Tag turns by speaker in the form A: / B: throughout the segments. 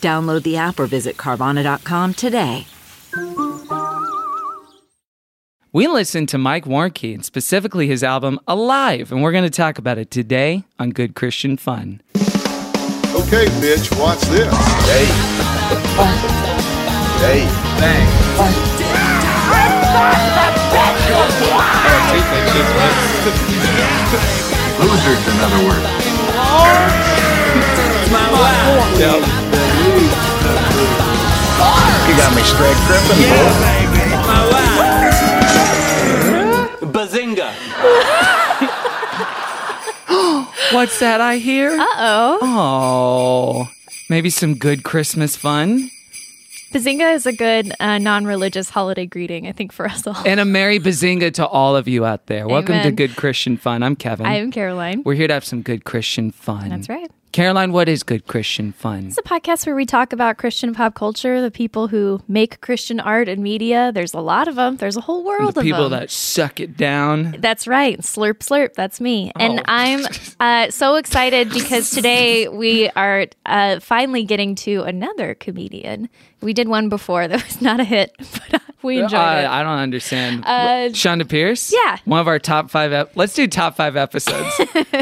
A: Download the app or visit Carvana.com today.
B: We listened to Mike Warnke and specifically his album Alive, and we're going to talk about it today on Good Christian Fun.
C: Okay, bitch, watch this. Hey. Hey. Losers, in other words. You got me straight tripping, bro.
B: What's that I hear? Uh oh. Oh, maybe some good Christmas fun
D: Bazinga is a good uh, non-religious holiday greeting, I think, for us all.
B: and a merry bazinga to all of you out there. Welcome to
D: Amen.
B: Good Christian Fun. I'm Kevin.
D: I am Caroline.
B: we're here to have some good Christian fun.
D: That's right.
B: Caroline, what is good Christian fun?
D: It's a podcast where we talk about Christian pop culture, the people who make Christian art and media. There's a lot of them. There's a whole world
B: the
D: of
B: people
D: them.
B: that suck it down.
D: That's right. Slurp, slurp. That's me. And
B: Oh.
D: I'm uh, so excited because today we are uh, finally getting to another comedian. We did one before that was not a hit, but uh, we enjoyed
B: I-
D: it.
B: Uh, I don't understand.
D: Uh,
B: What- Shonda Pierce?
D: yeah.
B: One of our top five. Ep- Let's do top five episodes.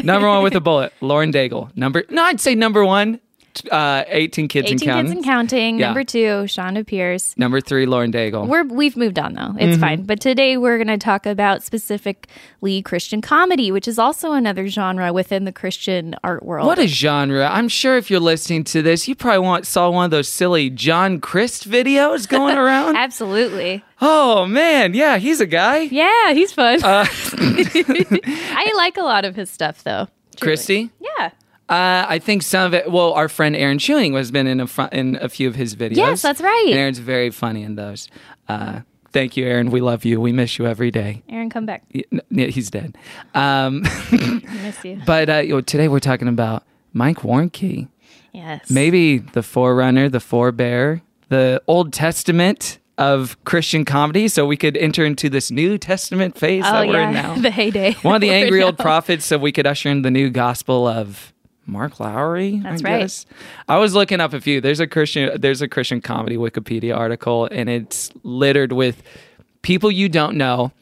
B: number one with a bullet, Lauren Daigle. Number, no, I'd say number one, t- uh, 18 Kids
D: 18
B: and Counting.
D: Kids and Counting.
B: Yeah.
D: Number two, Shonda Pierce.
B: Number three, Lauren Daigle.
D: We're, we've moved on though.
B: Mm-hmm.
D: It's fine. But today we're going to talk about specifically Christian comedy, which is also another genre within the Christian art world.
B: what a genre. I'm sure if you're listening to this, you probably want, saw one of those silly John Christ videos going around.
D: Absolutely.
B: oh, man. Yeah, he's a guy.
D: Yeah, he's fun.
B: Uh,
D: I like a lot of his stuff though.
B: Christy?
D: Yeah.
B: Uh, I think some of it. Well, our friend Aaron Chewing has been in a fr- in a few of his videos.
D: Yes, that's right.
B: And Aaron's very funny in those. Uh, thank you, Aaron. We love you. We miss you every day.
D: Aaron, come back.
B: Y- n- yeah, He's dead. Um,
D: I miss you.
B: but uh, you know, today we're talking about Mike Warnke,
D: Yes.
B: maybe the forerunner, the forebear, the Old Testament of Christian comedy. So we could enter into this New Testament phase
D: Oh
B: that we're
D: yeah.
B: in now.
D: The heyday.
B: One of the
D: We're
B: angry
D: now-
B: old prophets, so we could usher in the new gospel of Mark Lowry.
D: That's
B: I
D: right.
B: Guess. I was looking up a few. There's a Christian. There's a Christian comedy Wikipedia article, and it's littered with people you don't know,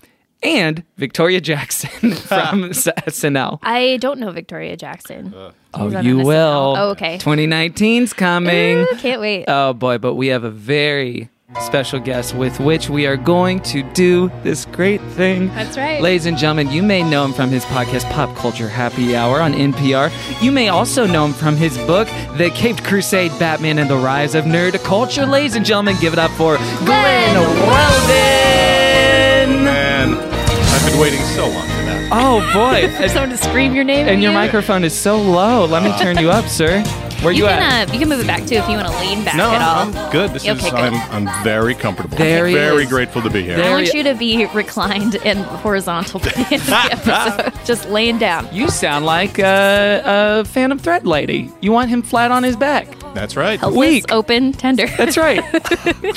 B: and Victoria Jackson from S- SNL.
D: I don't know Victoria Jackson.
B: Oh,
D: She's on
B: you
D: SNL.
B: will.
D: Oh, okay.
B: 2019's coming.
D: Ooh, can't wait.
B: Oh boy, but we have a very special guest with which we are going to do this great thing.
D: That's right.
B: Ladies and gentlemen, you may know him from his podcast Pop Culture Happy Hour on NPR. You may also know him from his book The Caped Crusade: Batman and the Rise of Nerd Culture. Ladies and gentlemen, give it up for Glenn Weldon.
E: And I've been waiting so long for that.
B: Oh boy.
D: For someone to scream your name.
B: and your
D: at you.
B: microphone is so low. Let me turn you up, sir. Where you,
D: You can
B: at?
D: uh, you can move it back too if you want to lean back
E: No,
D: at all.
E: I'm, I'm good. This
D: Okay,
E: is
D: good.
E: I'm I'm very comfortable.
B: There he
E: very
B: is.
E: grateful to be here.
B: There-
D: I want
B: Area-
D: you to be reclined and horizontal by the end of the episode. Just laying down.
B: You sound like a, a Phantom Thread lady. You want him flat on his back.
E: That's right.
B: Weak.
D: Lips open, tender.
B: That's right.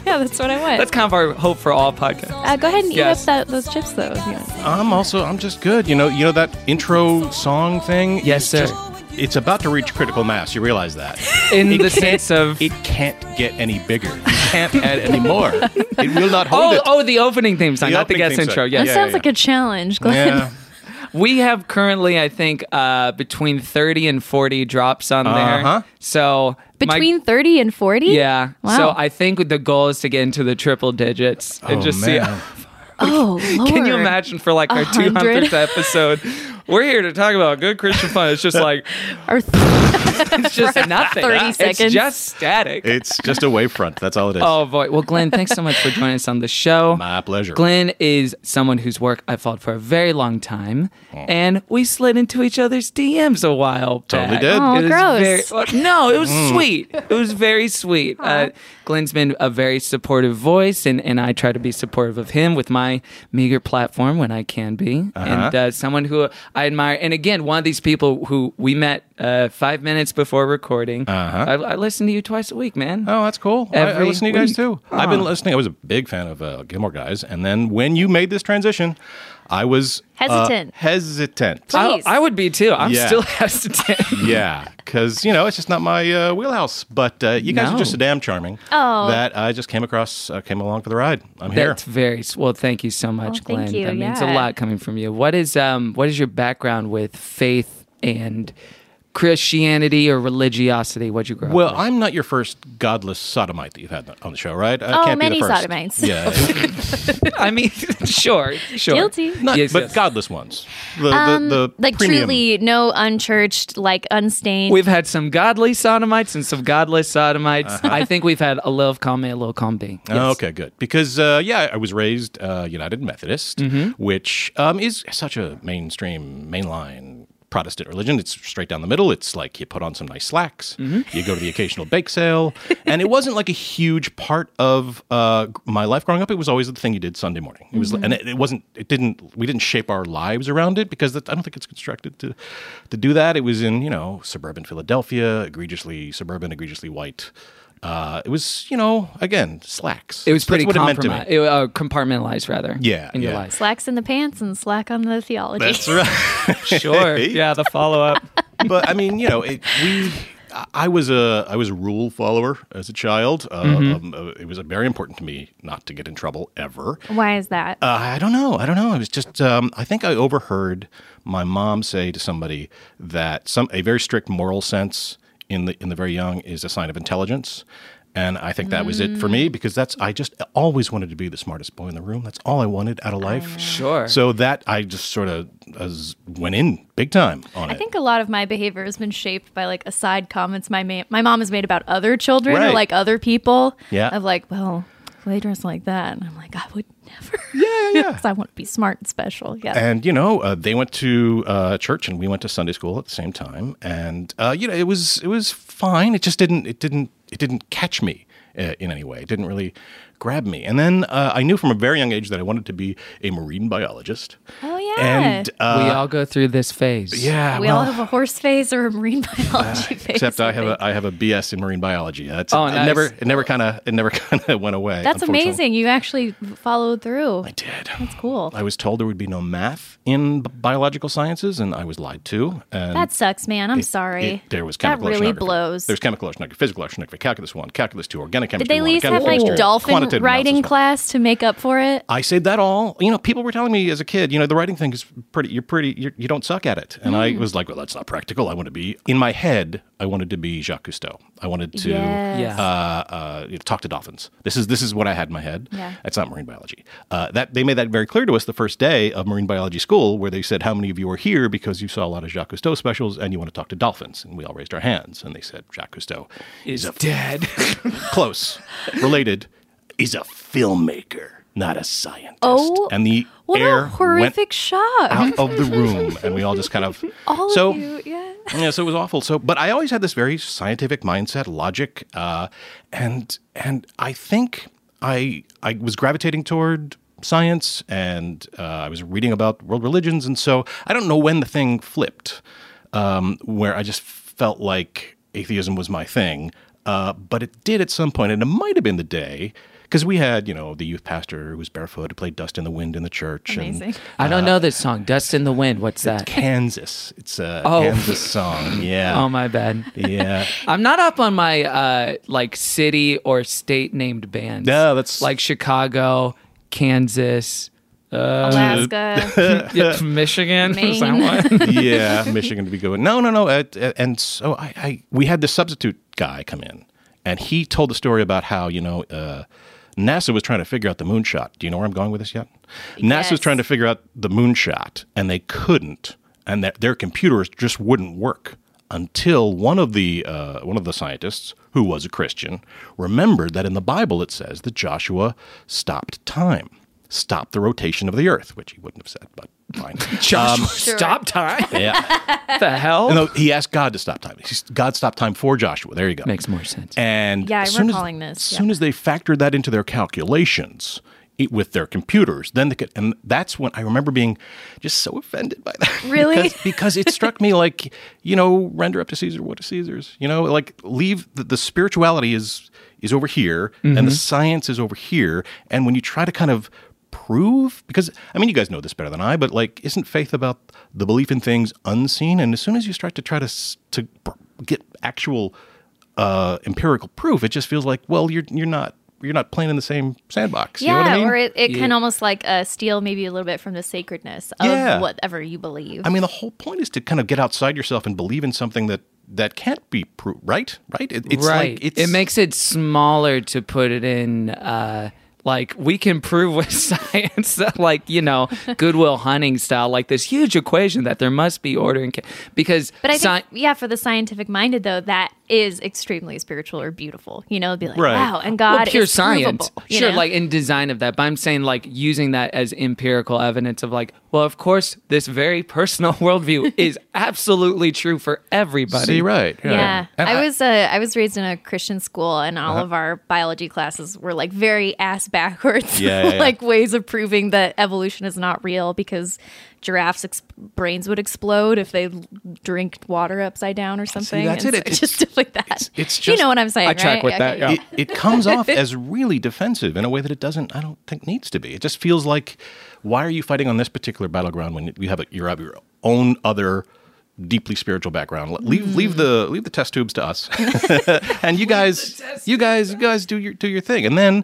D: yeah, that's what I want.
B: That's kind of our hope for all podcasts.
D: uh, go ahead and
B: Yes.
D: eat up that, those chips, though. if you want.
E: I'm also I'm just good. You know, you know that intro song thing?
B: Yes,
E: It's
B: sir.
E: just- it's about to reach critical mass. You realize that.
B: In
E: It
B: the
E: can't-
B: sense of
E: it can't get any bigger. You can't add any more. It will not hold
B: oh
E: it.
B: oh the opening theme song,
E: The
B: not the
E: opening
B: guest
E: theme
B: intro.
E: song.
B: Yes.
D: that
E: yeah,
D: sounds
E: yeah.
D: like a challenge, Glenn.
E: Yeah.
B: We have currently, I think, uh, between thirty and forty drops on
E: Uh-huh.
B: there. So my-
D: Between 30 and 40?
B: yeah.
D: Wow.
B: So I think the goal is to get into the triple digits and
E: Oh,
B: just see.
E: man.
D: oh, Lord.
B: Can you imagine for like our two
D: hundred?
B: hundredth episode? We're here to talk about good Christian fun. It's just like
D: Our th-
B: it's just nothing.
D: 30
B: It's
D: seconds.
B: just static.
E: It's just a wavefront. That's all it is.
B: Oh boy. Well, Glenn, thanks so much for joining us on the show.
E: My pleasure.
B: Glenn is someone whose work I followed for a very long time,
E: Oh.
B: and we slid into each other's DMs a while back.
E: Totally did. Mm. Aw,
B: It was
D: gross.
B: very- well, no, it was sweet. It was very sweet. Uh, Glenn's been a very supportive voice, and, and I try to be supportive of him with my meager platform when I can be,
E: Uh-huh.
B: and uh, someone who I admire. And again, one of these people who we met uh, five minutes before recording. Uh-huh. I, I listen to you twice a week, man.
E: Oh, that's cool. I, I
B: Every
E: listen to you guys
B: week.
E: too. I've been listening. I was a big fan of uh, Gilmore Guys, and then when you made this transition, I was uh,
D: Hesitant.
E: hesitant.
B: I-
D: Please.
B: I, would be too. I'm
E: Yeah.
B: still hesitant.
E: yeah, because you know it's just not my uh, wheelhouse. But uh, you guys
B: No.
E: are just so damn charming
D: Oh.
E: that I just came across, uh, came along for the ride. I'm here.
B: That's very s- well. Thank you so much,
D: thank
B: Glenn.
D: you,
B: That means a
D: yeah.
B: lot coming from you. What is um what is your background with faith and Christianity or religiosity? What'd you grow
E: Well,
B: up with?
E: I'm not your first godless sodomite that you've had on the show, right? I
D: Oh,
E: can't be
D: many
E: the first.
D: sodomites.
E: Yeah,
B: I mean, sure, sure.
D: Guilty.
E: not,
B: Yes,
E: but
B: yes.
E: godless ones. The,
D: Um,
E: the, the
D: like
E: premium.
D: truly no unchurched, like unstained.
B: We've had some godly sodomites and some godless sodomites. I think we've had a little column A, a little column B. Uh-huh. Yes.
E: Oh, okay, good. Because uh, yeah, I was raised uh, United Methodist, which um, is such a mainstream, mainline Protestant religion. It's straight down the middle. It's like you put on some nice slacks, you go to the occasional bake sale, and it wasn't like a huge part of uh, g- my life growing up. It was always the thing you did Sunday morning. It was, and it, it wasn't. It didn't. We didn't shape our lives around it because that, I don't think it's constructed to to do that. It was in you know suburban Philadelphia, egregiously suburban, egregiously white. Uh, it was, you know, again, slacks.
B: It was pretty
E: That's what it meant to
B: compromised,
E: me.
B: uh, compartmentalized rather.
E: Yeah,
B: in your
E: yeah.
B: life.
D: Slacks in the pants and slack on the theology.
E: That's right.
B: Sure. yeah, the follow up.
E: but I mean, you know, it, we. I- I was a I was a rule follower as a child. Uh,
B: Mm-hmm.
E: um, uh, it was uh, very important to me not to get in trouble ever.
D: Why is that?
E: Uh, I don't know. I don't know. It was just. Um, I think I overheard my mom say to somebody that some a very strict moral sense in the in the very young is a sign of intelligence, and I think that was it for
B: Mm.
E: me because that's I just always wanted to be the smartest boy in the room. That's all I wanted out of
B: Oh,
E: life.
B: Sure.
E: So that I just sort of went in big time on
D: I
E: it.
D: think a lot of my behavior has been shaped by like aside comments my ma- my mom has made about other children or
E: Right.
D: like other people.
E: Yeah.
D: Of like, well, they dress like that, and I'm like, I would never.
E: Yeah, yeah.
D: Because I want to be smart and special. Yeah.
E: and you know uh, they went to uh, church and we went to Sunday school at the same time, and uh, you know it was it was fine. It just didn't it didn't it didn't catch me uh, in any way. It didn't really grab me. And then uh, I knew from a very young age that I wanted to be a marine biologist.
D: oh yeah.
E: And uh,
B: we all go through this phase.
E: yeah,
D: we
E: well, Uh,
D: all have a horse phase or a marine biology phase.
E: except I have
D: think.
E: a I have a BS in marine biology. That's
B: Oh,
E: it
B: nice.
E: never it never kind of it never kind of went away.
D: That's
E: unfortunately.
D: amazing. You actually followed through.
E: I did.
D: Cool.
E: I was told there would be no math in b- biological sciences, and I was lied to. And
D: that sucks, man. I'm
E: it-
D: sorry.
E: it- there was
D: that
E: chemical
D: really
E: oceanography.
D: blows.
E: There's chemical oceanography, physical oceanography, calculus one, calculus two, organic chemistry.
D: Did they at
E: one,
D: least have
E: chemical
D: like
E: chemistry,
D: dolphin
E: quantitative
D: riding
E: analysis one.
D: class to make up for it?
E: I saved that all. You know, people were telling me as a kid, you know, the writing thing is pretty. You're pretty. You're, you don't suck at it. And I
D: Hmm.
E: was like, well, that's not practical. I want to be in my head. I wanted to be Jacques Cousteau. I wanted to
D: Yes.
B: Yeah.
E: uh, uh, you know, talk to dolphins. This is this is what I had in my head.
D: Yeah.
E: That's not marine biology. Uh, that they made that very clear to us the first day of marine biology school, where they said, "How many of you are here because you saw a lot of Jacques Cousteau specials and you want to talk to dolphins?" And we all raised our hands, and they said, "Jacques Cousteau is a
B: Dead.
E: close, related, is a filmmaker, not a scientist."
D: Oh,
E: and the
D: What
E: air
D: a horrific
E: went
D: shock.
E: out of the room, and we all just kind of
D: All
E: so.
D: of you, yeah.
E: Yeah, so it was awful. So, but I always had this very scientific mindset, logic, uh, and and I think I I was gravitating toward science, and uh, I was reading about world religions, and so I don't know when the thing flipped, um, where I just felt like atheism was my thing, uh, but it did at some point, and it might have been the day. Because we had, you know, the youth pastor who was barefoot, who played "Dust in the Wind" in the church, and
D: Amazing.
B: I don't know this song. Dust in the Wind. What's that?
E: Kansas. It's a
B: Oh.
E: Kansas song. Yeah.
B: Oh my bad.
E: Yeah.
B: I'm not up on my uh like city or state named bands.
E: No, that's-
B: like Chicago, Kansas, Um,
D: Alaska.
B: yeah, Michigan. Is that
D: Maine.
B: one?
E: yeah, Michigan to be going. No, no, no. Uh, uh, and so I, I, we had this substitute guy come in, and he told the story about how you know uh, NASA was trying to figure out the moonshot. Do you know where I'm going with this yet? NASA was
D: Yes.
E: trying to figure out the moonshot, and they couldn't, and their their computers just wouldn't work until one of the uh, one of the scientists who was a Christian remembered that in the Bible it says that Joshua stopped time, stopped the rotation of the earth, which he wouldn't have said, but fine. Um,
B: Joshua, stop time.
E: yeah.
B: What the hell?
E: No, he asked God to stop time. He s- God stopped time for Joshua. There you go.
B: Makes more sense.
E: And
D: Yeah,
E: as
D: I'm
E: soon as-
D: recalling this,
E: As
D: yeah.
E: soon as they factored that into their calculations it, with their computers, then they could, and that's when I remember being just so offended by that.
D: Really?
E: because, because it struck me like you know, render up to Caesar what is Caesar's. You know, like leave the, the spirituality is is over here, and the science is over here, and when you try to kind of prove because i mean you guys know this better than i but like isn't faith about the belief in things unseen and as soon as you start to try to s- to pr- get actual uh, empirical proof. It just feels like, well, you're you're not you're not playing in the same sandbox.
D: Yeah,
E: you know what I mean?
D: or it, it can almost like uh, steal maybe a little bit from the sacredness of
E: Yeah.
D: whatever you believe.
E: I mean, the whole point is to kind of get outside yourself and believe in something that that can't be proved. Right? Right? It, it's
B: right.
E: Like, it's,
B: it makes it smaller to put it in. Uh, like we can prove with science, that, like you know, Goodwill Hunting style, like this huge equation that there must be order and ca- because
D: But I think,
B: sci-
D: yeah, for the scientific minded, though, that is extremely spiritual or beautiful. You know, it'd be like,
E: Right.
D: wow, and God
B: well, pure
D: is
B: science,
D: provable, you
B: sure,
D: know?
B: like in design of that. But I'm saying like using that as empirical evidence of like, well, of course, this very personal worldview is absolutely true for everybody.
E: See, right?
D: yeah.
E: And
D: I was uh, I was raised in a Christian school, and all of our biology classes were like very ass backwards,
E: Yeah, yeah, yeah.
D: like ways of proving that evolution is not real because giraffes' ex- brains would explode if they l- drink water upside down or something.
E: that's
D: and
E: it. It-
D: so- just stuff like that.
E: it's
D: you
E: just-
D: know what I'm saying?
B: I
D: right?
B: track with that,
D: Okay.
B: yeah.
E: it, it comes off as really defensive in a way that it doesn't. I don't think needs to be. It just feels like, why are you fighting on this particular battleground when you have a, you have your own other deeply spiritual background? Let- Leave leave the leave the test tubes to us, and you guys you guys you guys do your do your thing. And then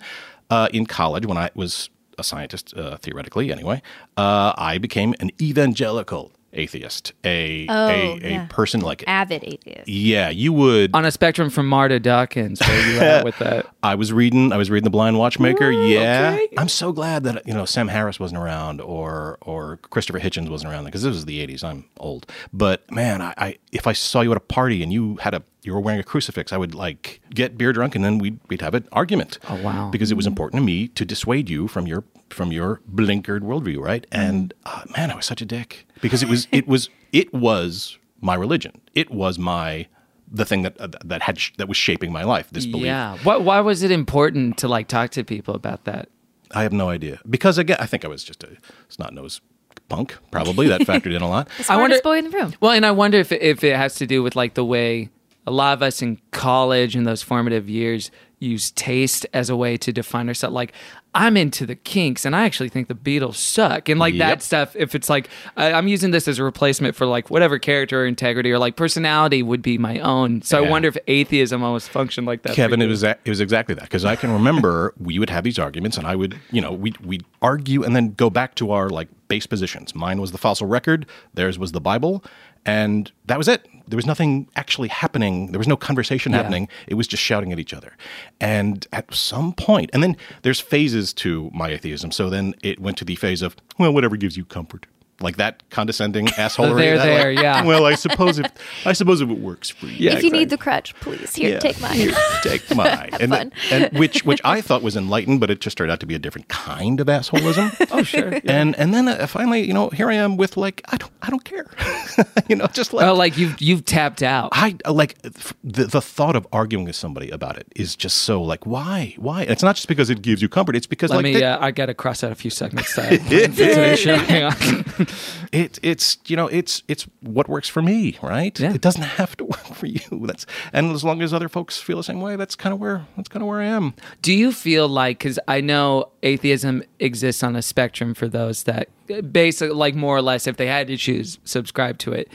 E: uh, in college, when I was a scientist, uh, theoretically anyway, uh, I became an evangelical atheist, a a, a
D: yeah.
E: person like.
D: Avid atheist.
E: yeah, you would
B: On a spectrum from Marta Dawkins, where you at with that?
E: I was reading. I was reading The Blind Watchmaker.
B: Ooh,
E: yeah,
B: okay.
E: I'm so glad that you know Sam Harris wasn't around or or Christopher Hitchens wasn't around because this was the '80s. I'm old, but man, I, I if I saw you at a party and you had a you were wearing a crucifix, I would like get beer drunk and then we'd we'd have an argument.
B: Oh, wow.
E: Because it was important to me to dissuade you from your from your blinkered worldview, right?
B: Mm.
E: And uh, man, I was such a dick because it was it was it was my religion. It was my the thing that uh, that had that was shaping my life. This belief.
B: Yeah. Why, why was it important to like talk to people about that?
E: I have no idea because again, I think I was just a snot nosed punk. Probably that factored in a lot.
B: I wonder-
D: Smartest boy in the room.
B: Well, and I wonder if if it has to do with like the way a lot of us in college in those formative years use taste as a way to define ourselves. Like, I'm into the Kinks, and I actually think the Beatles suck, and like that
E: Yep.
B: stuff. If it's like I, I'm using this as a replacement for like whatever character or integrity or like personality would be my own. So I
E: Yeah.
B: wonder if atheism almost functioned like that. for
E: Kevin,
B: you.
E: it was that, it was exactly that because I can remember we would have these arguments and I would you know we we would argue and then go back to our like base positions. Mine was the fossil record, theirs was the Bible, and that was it. There was nothing actually happening. There was no conversation happening. It was just shouting at each other. And at some point, and then there's phases to my atheism. So then it went to the phase of well, whatever gives you comfort. Like that condescending assholery.
B: There,
E: that, like,
B: there, yeah.
E: Well, I suppose if I suppose if it works for you.
D: if you need the crutch, please here,
E: Yeah.
D: take mine.
E: Here, take mine. and,
D: fun.
E: and which which I thought was enlightened, but it just turned out to be a different kind of assholism.
B: Oh sure. Yeah.
E: And and then uh, finally, you know, here I am with like I don't I don't care. you know, just like
B: Oh, like you've you've tapped out.
E: I uh, like f- the the thought of arguing with somebody about it is just so like why why? And it's not just because it gives you comfort. It's because
B: Let
E: like
B: me.
E: they-
B: uh, I got to cross out a few segments. That Hang on.
E: it it's you know it's it's what works for me right
B: Yeah.
E: it doesn't have to work for you that's and as long as other folks feel the same way that's kind of where that's kind of where i am
B: Do you feel like because I know atheism exists on a spectrum for those that basically, like more or less, if they had to choose, subscribe to it.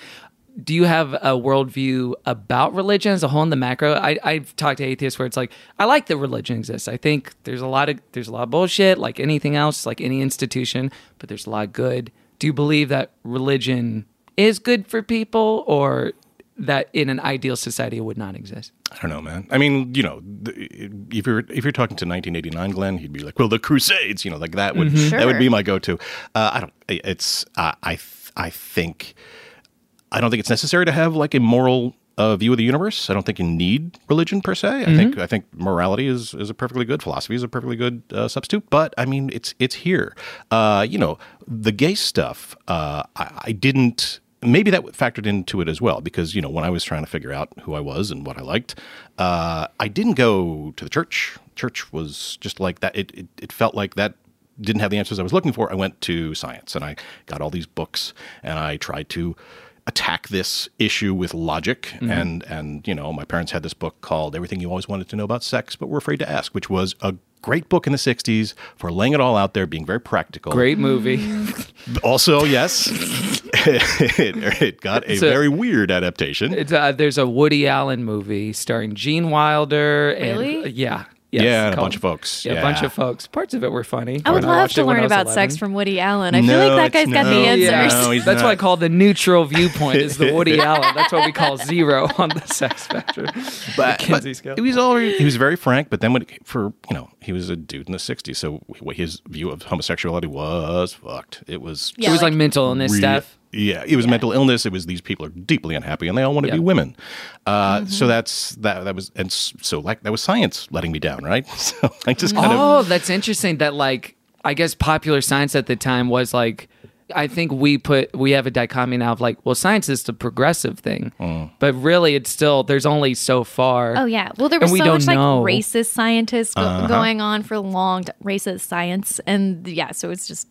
B: Do you have a worldview about religion as a whole in the macro? I, I've talked to atheists where it's like, I like that religion exists. I think there's a lot of there's a lot of bullshit, like anything else, like any institution, but there's a lot of good. Do you believe that religion is good for people, or that in an ideal society it would not exist?
E: I don't know, man. I mean, you know, the, if you're if you're talking to 1989 Glenn, he'd be like, "Well, the Crusades," you know, like that would that would
D: Sure.
E: be my go-to. Uh, I don't. It's I I th- I think I don't think it's necessary to have like a moral a view of the universe. I don't think you need religion per se. I think I think morality is is a perfectly good philosophy is a perfectly good uh, substitute. But I mean, it's it's here. Uh, you know, the gay stuff. Uh, I, I didn't. Maybe that factored into it as well, because you know when I was trying to figure out who I was and what I liked, uh, I didn't go to the church. Church was just like that. It it, it felt like that didn't have the answers I was looking for, I went to science and I got all these books and I tried to attack this issue with logic
B: Mm-hmm.
E: and and you know my parents had this book called Everything You Always Wanted to Know About Sex but Were Afraid to Ask, which was a great book in the 60s for laying it all out there, being very practical.
B: Great movie.
E: Also, yes, it, it got a
B: So-
E: very weird adaptation.
B: It's, uh, there's a Woody Allen movie starring Gene Wilder. And,
D: Really?
B: yeah. Yes,
E: Yeah, and a
B: called-
E: bunch of folks.
B: Yeah, a bunch
E: Yeah.
B: of folks. Parts of it were funny.
D: I would
B: When
D: love
B: watched
D: to
B: it when
D: learn
B: I was
D: about
B: 11.
D: sex from Woody Allen. I feel
E: No,
D: like that
E: it's
D: guy's got the
E: no-
D: answers.
E: No, he's
B: That's why I
E: not.
B: call the neutral viewpoint is the Woody Allen. That's what we call zero on the sex spectrum.
E: but,
B: Kinsey
E: but
B: scale.
E: he was already he was very frank. But then when it, for you know he was a dude in the '60s, so what his view of homosexuality was fucked. It was
B: it
D: Yeah,
B: was like,
D: like-
B: mental illness
E: real-
B: stuff.
E: Yeah, it was mental illness. It was these people are deeply unhappy, and they all want to
B: Yeah. Mm-hmm.
E: be women. Uh, So that's that. That was and s- so like that was science letting me down, right? So I just kind of
B: Oh, that's interesting. That like I guess popular science at the time was like I think we put we have a dichotomy now of like well science is the progressive thing,
E: Oh.
B: but really it's still there's only so far.
D: Oh yeah. Well, there
B: And
D: was
B: we
D: so
B: don't
D: much like
B: know.
D: racist scientists go-
E: Uh-huh.
D: going on for long t- racist science, and yeah, so it's just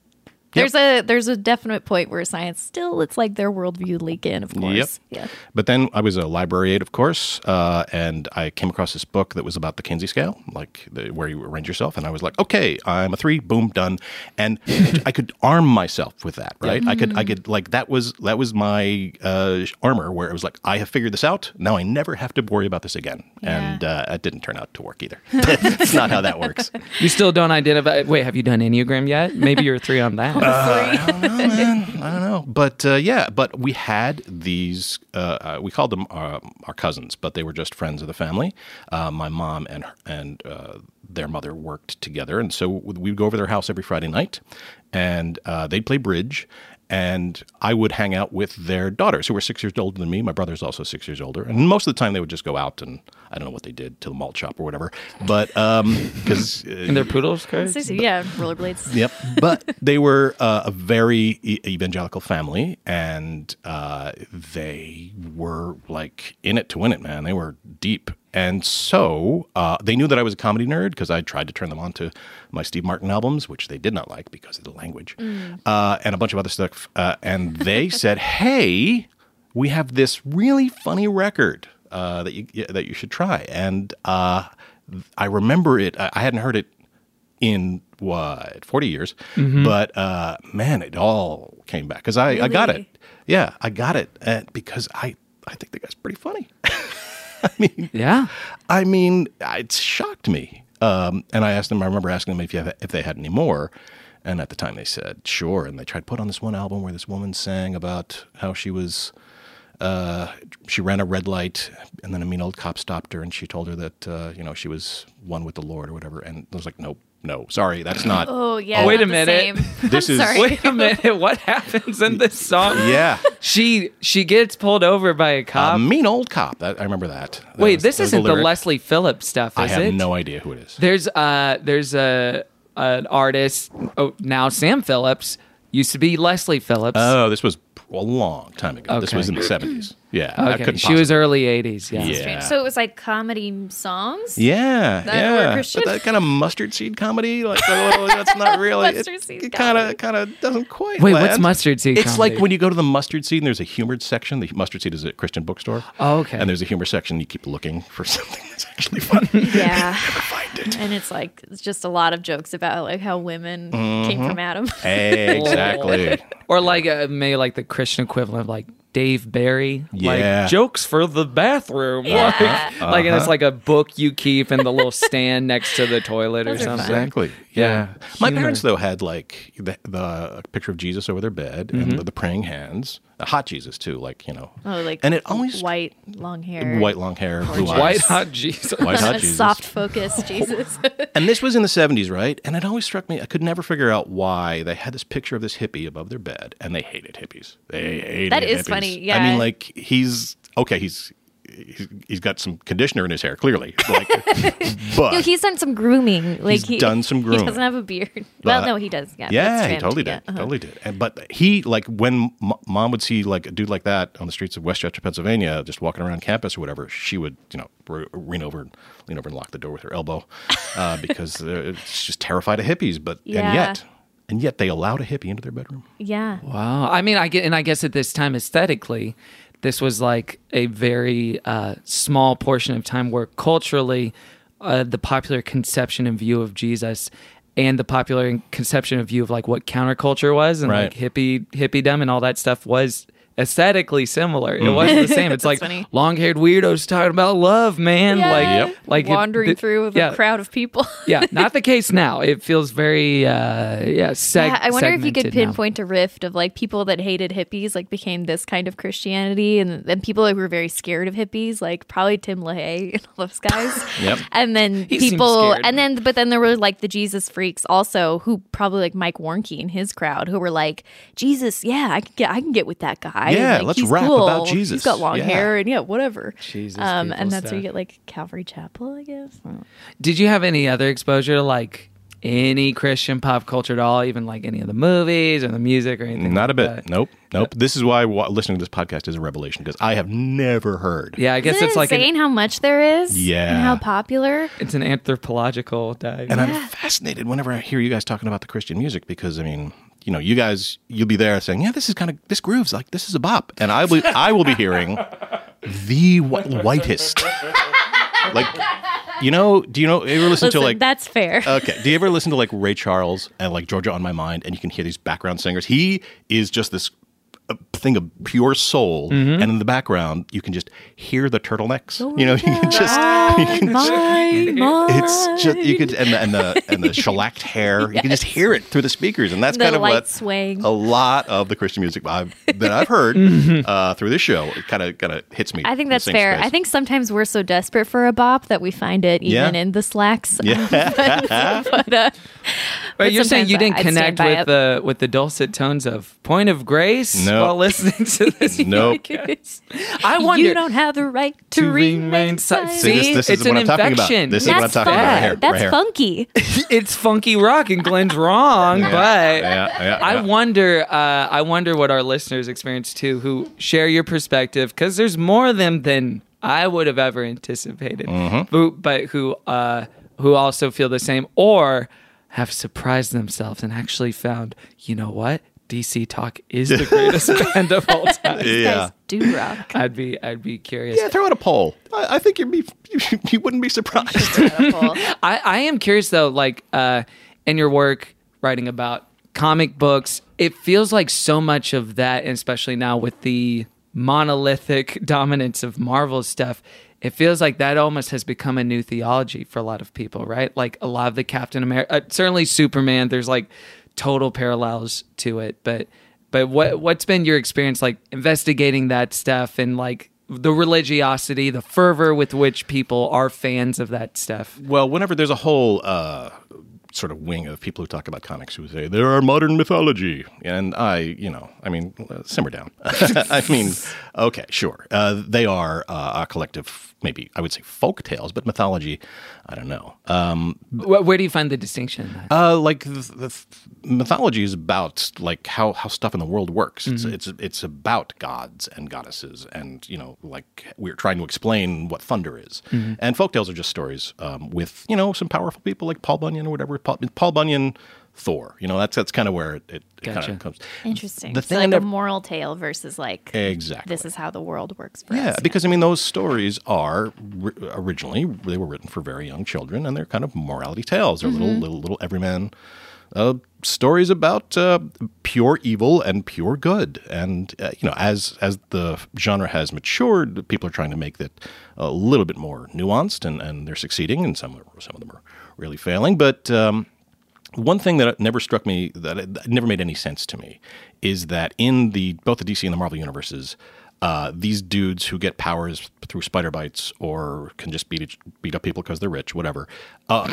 D: there's a there's a definite point where science still it's like their worldview leak in, of course. Yeah.
E: But then I was a library aide, of course, uh, and I came across this book that was about the Kinsey scale, like the, where you arrange yourself. And I was like, okay, I'm a three, boom, done. And I could arm myself with that, right? I could, I could, like that was that was my uh, armor, where it was like, I have figured this out. Now I never have to worry about this again. And uh, it didn't turn out to work either. It's not how that works.
B: You still don't identify. Wait, have you done Enneagram yet? Maybe you're a three on that.
E: Oh, man. I don't know, but uh, yeah, but we had these. Uh, uh, we called them our, our cousins, but they were just friends of the family. Uh, my mom and her, and uh, their mother worked together, and so we'd go over their house every Friday night, and uh, they'd play bridge. And I would hang out with their daughters, who were six years older than me. My brother's also six years older, and most of the time they would just go out and I don't know what they did to the malt shop or whatever. But um, uh, because
B: and they're poodles, Chris?
D: So- so, yeah, rollerblades.
E: Yep. But they were uh, a very e- evangelical family, and uh, they were like in it to win it, man. They were deep. And so uh, they knew that I was a comedy nerd because I tried to turn them on to my Steve Martin albums, which they did not like because of the language uh, and a bunch of other stuff. Uh, and they said, hey, we have this really funny record uh, that, you, yeah, that you should try. And uh, I remember it, I I hadn't heard it in what 40 years but uh man it all came back because I, I got it
D: Really?
E: yeah i got it uh, because i i think the guy's pretty funny i mean
B: Yeah.
E: i mean it shocked me um and i asked them i remember asking them if you have, if they had any more and at the time they said sure and they tried to put on this one album where this woman sang about how she was uh, she ran a red light, and then a mean old cop stopped her, and she told her that uh, you know she was one with the Lord or whatever. And I was like, nope, no, sorry, that's not.
D: Oh yeah.
B: Wait
D: not
B: a
D: the
B: minute.
D: same.
E: This
D: I'm
E: is-
D: sorry.
B: Wait a minute. What happens in this song?
E: Yeah, Um,
B: She she gets pulled over by a cop.
E: a mean old cop. That, I remember that. That
B: Um, Wait,
E: was-
B: this
E: that was
B: isn't the,
E: lyric.
B: Leslie Phillips stuff, is
E: I have
B: it?
E: no idea who it is.
B: There's uh there's a an artist oh, now Sam Phillips used to be Leslie Phillips.
E: Oh, this was a long time ago. This
B: Okay.
E: was in the seventies. Yeah, I
B: okay.
E: couldn't
B: She was
E: possibly-
B: early 80s, yeah.
E: Yeah.
D: Strange. So it was like comedy songs.
E: Yeah,
D: That were
E: yeah,
D: Christian?
E: but that kind of mustard seed comedy, like oh, that's not really.
D: Mustard seed
E: It kind of kind of doesn't quite.
B: Wait,
E: land.
B: what's mustard seed
E: It's
B: comedy?
E: like when you go to the mustard seed and there's a humored section. The mustard seed is a Christian bookstore.
B: Oh, okay.
E: And there's a humor section. You keep looking for something that's actually funny.
D: Yeah.
E: Find it.
D: And it's like it's just a lot of jokes about like how women came
E: Mm-hmm.
D: from Adam.
E: Exactly.
B: or like uh, maybe like the Christian equivalent of like Dave Barry,
E: Yeah. Uh-huh.
B: like jokes for the bathroom, like, like and it's like a book you keep in the little stand next to the toilet or
D: Those are fun.
B: something.
E: Exactly. Yeah. My
B: Humor.
E: parents though had like the, the picture of Jesus over their bed
B: Mm-hmm.
E: and the, the praying hands, the hot Jesus too, like you know.
D: Oh, like
E: and it always
D: white long hair,
E: white long hair, blue eyes,
B: White hot Jesus.
E: white hot
D: a
E: Jesus.
D: soft focus Jesus.
E: And this was in the 70s, right? And it always struck me, I could never figure out why they had this picture of this hippie above their bed and they hated hippies. They hated
D: Mm. That is
E: hippies.
D: funny,
E: I
D: yeah.
E: mean, like, he's okay, he's he's, he's got some conditioner in his hair, clearly. Like, but
D: No, he's done some grooming. Like
E: He's done some grooming.
D: He doesn't have a beard.
E: But-
D: well, no, he does. Yeah,
E: yeah,
D: that's
E: he
D: trimmed.
E: totally did,
D: Yeah, uh-huh.
E: totally did. And, but he like when m- mom would see like a dude like that on the streets of Westchester, Pennsylvania, just walking around campus or whatever, she would you know re- lean over, and lean over and lock the door with her elbow uh, because uh, she's just terrified of hippies. But and
D: Yeah.
E: yet, and yet they allowed a hippie into their bedroom.
D: Yeah.
B: Wow. I mean, I get, and I guess at this time aesthetically, this was like a very uh, small portion of time where culturally, uh, the popular conception and view of Jesus and the popular conception and view of like what counterculture was and like
E: Right.
B: hippie hippiedom and all that stuff was aesthetically similar. It was the same. It's like
D: funny.
B: long-haired weirdos talking about love, man.
D: Yeah.
B: Like, like it-
D: wandering
B: th-
D: through with
B: yeah,
D: a crowd of people.
B: yeah, not the case now. It feels very uh yeah, seg-
D: Yeah, I wonder if you could
B: segmented now.
D: pinpoint a rift of like people that hated hippies, like became this kind of Christianity, and then people who were very scared of hippies, like probably Tim LaHaye and all those guys.
E: Yep.
D: And then
B: He seems
D: people,
B: scared.
D: and then but then there were like the Jesus freaks also, who probably like Mike Warnke and his crowd, who were like, Jesus, yeah, I can get, I can get with that guy.
E: Yeah,
D: like,
E: let's
D: he's
E: rap
D: cool.
E: about Jesus."
D: He's got long
E: Yeah.
D: hair, and yeah, whatever.
B: Jesus
D: um,
B: people
D: and that's where
B: stuff.
D: you get like Calvary Chapel, I guess.
B: Did you have any other exposure to like any Christian pop culture at all, even like any of the movies or the music or anything?
E: Not a
B: like
E: bit.
B: that?
E: Nope. Nope. This is why wa- listening to this podcast is a revelation because I have never heard.
B: Yeah, I guess
D: Isn't it
B: it's like
D: insane
B: an,
D: how much there is,
E: Yeah.
D: and how popular.
B: it's an anthropological dive.
E: And I'm fascinated whenever I hear you guys talking about the Christian music because I mean, you know, you guys you'll be there saying, "Yeah, this is kind of this grooves like this is a bop," and I will I will be hearing the wh- whitest, like you know, do you know ever listen,
D: Listen,
E: to like
D: that's fair.
E: okay, do you ever listen to like Ray Charles and like Georgia on My Mind, and you can hear these background singers? He is just this uh, thing of pure soul, and in the background you can just hear the turtlenecks. you know, you can just you can
D: my, my.
E: it's just you could and the and the, and the shellacked hair. You can just hear it through the speakers, and that's
D: The
E: kind of
D: light
E: what
D: swaying.
E: a lot of the Christian music I've, that I've heard
B: Mm-hmm.
E: uh, through this show. It kind of kind of hits me.
D: I
E: in
D: think
E: the
D: that's
E: same
D: fair.
E: space.
D: I think sometimes we're so desperate for a bop that we find it even
E: Yeah.
D: in the slacks.
E: Yeah.
B: but you're saying
D: sometimes
B: you didn't
D: I'd stand
B: connect
D: by
B: with
D: it.
B: the with the dulcet tones of Point of Grace
E: No.
B: while listening to this.
E: nope.
B: I wonder.
D: you don't have the right to,
B: to
D: remain,
B: remain si-
D: silent.
B: See,
E: this- this is
B: it's
E: what
B: an
E: I'm talking about.
B: infection.
E: This is what I'm
D: That's
E: talking about right here,
D: fun. That's
E: right here.
D: funky.
B: it's funky rock and Glenn's wrong, but
E: yeah, yeah.
B: I wonder. Uh, I wonder what our listeners experience too, who share your perspective, because there's more of them than I would have ever anticipated.
E: Mm-hmm.
B: Who, but who uh, who also feel the same, or have surprised themselves and actually found, you know what, DC Talk is the greatest band of all time.
D: These
E: Yeah.
D: guys do rock.
B: I'd be I'd be curious.
E: Yeah, throw out a poll. I, I think you'd be you, wouldn't be surprised.
B: I, I am curious though, like uh, in your work writing about comic books, it feels like so much of that, and especially now with the monolithic dominance of Marvel stuff, it feels like that almost has become a new theology for a lot of people, right? Like a lot of the Captain America, uh, certainly Superman. There's like total parallels to it, but but what what's been your experience like investigating that stuff and like the religiosity, the fervor with which people are fans of that stuff?
E: well, whenever there's a whole uh, sort of wing of people who talk about comics who say there are modern mythology, and I, you know, I mean, uh, simmer down. I mean, okay, sure, uh, they are uh, a collective, maybe I would say folk tales, but mythology, I don't know.
B: Where, where do you find the distinction? in that?
E: Uh, like the, the th- mythology is about like how, how stuff in the world works. It's it's it's about gods and goddesses, and you know, like we're trying to explain what thunder is. And folktales are just stories um, with you know some powerful people like Paul Bunyan or whatever. Paul, Paul Bunyan, Thor. You know, that's that's kind of where it, it, kind
B: Gotcha.
E: of comes.
D: Interesting.
E: The
D: so
E: thing I
D: like
E: never-
D: a moral tale versus like
E: Exactly.
D: this is how the world works for
E: Yeah,
D: us.
E: because I mean, those stories are ri- originally they were written for very young children, and they're kind of morality tales. They're little, little, little everyman uh, stories about uh, pure evil and pure good. And uh, you know, as as the genre has matured, people are trying to make that a little bit more nuanced, and, and they're succeeding, and some are- some of them are really failing. But um, one thing that never struck me that that never made any sense to me is that in the both the DC and the Marvel universes, uh, these dudes who get powers through spider bites or can just beat each- beat up people because they're rich, whatever, uh,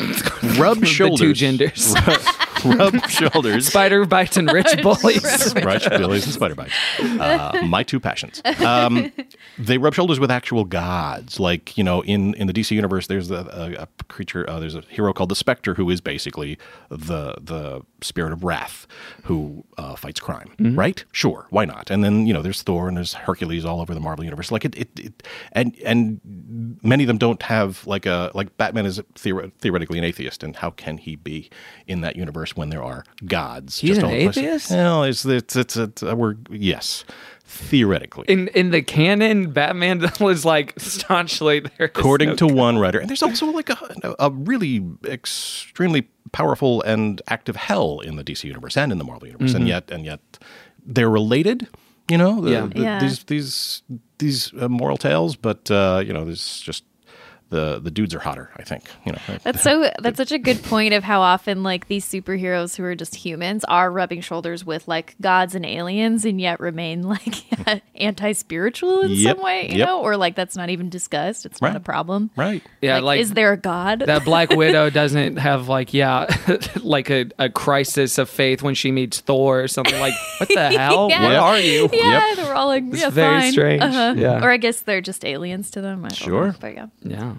E: rub
B: The
E: shoulders.
B: two genders.
E: rub shoulders.
B: Spider bites and rich bullies.
E: Rush, Billies, and Spider Bites. Uh, my two passions. Um, they rub shoulders with actual gods. Like, you know, in, in the DC universe, there's a, a, a creature, uh, there's a hero called the Spectre, who is basically the, the spirit of wrath who uh, fights crime,
B: Mm-hmm.
E: right? Sure, why not? And then, you know, there's Thor and there's Hercules all over the Marvel universe. Like, it, it, it and, and many of them don't have, like, a, like Batman is theor- theoretically an atheist, and how can he be in that universe when there are gods?
B: He's an
E: all over the place?
B: atheist?
E: Well, it's it's it's, it's uh, we're yes, theoretically.
B: In in the canon, Batman was like staunchly there. is
E: According
B: no-
E: to one writer, and there's also like a, a really extremely powerful and active hell in the DC universe and in the Marvel universe, and yet and yet they're related. You know, the-
B: Yeah.
E: the-
D: Yeah.
E: these these these uh, moral tales, but uh, you know, there's just the the dudes are hotter. I think you know.
D: That's so. That's such a good point of how often like these superheroes who are just humans are rubbing shoulders with like gods and aliens, and yet remain like anti-spiritual in
E: Yep,
D: some way, you
E: yep.
D: know, or like that's not even discussed. It's
E: Right.
D: not a problem.
E: Right.
B: yeah, like,
D: is there a god?
B: that Black Widow doesn't have like yeah, like a, a crisis of faith when she meets Thor or something like what the hell?
D: Yeah.
B: What are you?
D: yeah, they're all like,
B: It's
D: yeah,
B: very
D: fine. Uh-huh.
B: strange, yeah.
D: Or I guess they're just aliens to them. I don't
E: Sure.
D: know, but yeah.
B: Yeah.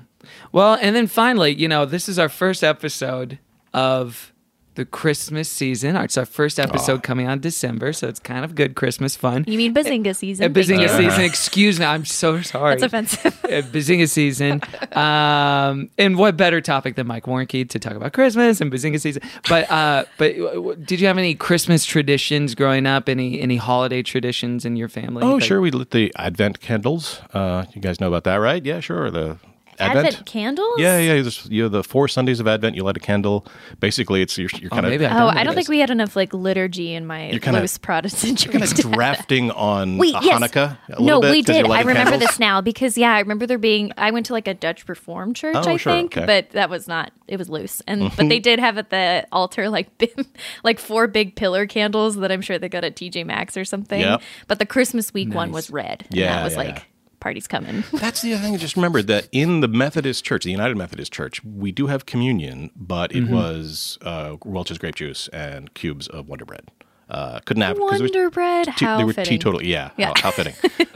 B: Well, and then finally, you know, this is our first episode of the Christmas season. It's our first episode coming out in December, so it's kind of good Christmas fun.
D: You mean Bazinga season?
B: A
D: Thank
B: Bazinga
D: you.
B: season. Excuse me. I'm so sorry.
D: That's offensive.
B: Uh, Bazinga season. Um, and what better topic than Mike Warnke to talk about Christmas and Bazinga season? But uh, but uh, w- did you have any Christmas traditions growing up? Any any holiday traditions in your family?
E: Oh,
B: Anything?
E: sure. We lit the Advent candles. Uh, you guys know about that, right? Yeah, sure. The
D: Advent candles?
E: Yeah, yeah. There's, you know, the four Sundays of Advent, you light a candle. Basically, it's you're, you're kind
B: maybe I
E: of
B: don't
D: Oh,
B: know
D: I don't
B: this.
D: think we had enough like liturgy in my
E: You're kinda-
D: loose Protestant church.
E: kind of drafting on
D: Wait,
E: a
D: yes.
E: Hanukkah. A
D: no,
E: little bit,
D: we
E: 'cause you're
D: did. I
E: lighting
D: remember
E: candles.
D: this now because yeah, I remember there being. I went to like a Dutch Reformed church,
E: Oh,
D: I
E: sure,
D: think,
E: okay.
D: but that was not. It was loose, and but they did have at the altar like bim, like four big pillar candles that I'm sure they got at TJ Maxx or something.
E: Yep.
D: But the Christmas week one was red. and
E: Yeah,
D: that was
E: yeah,
D: like
E: yeah.
D: party's coming.
E: That's the other thing I just remembered that in the Methodist Church, the United Methodist Church, we do have communion, but
B: Mm-hmm.
E: it was uh, Welch's grape juice and cubes of Wonder Bread. Uh, couldn't have 'cause it was-
D: Wonder bread.
E: Te-
D: how
E: they were
D: fitting.
E: teetotal. Yeah,
D: Yeah.
E: How, how fitting.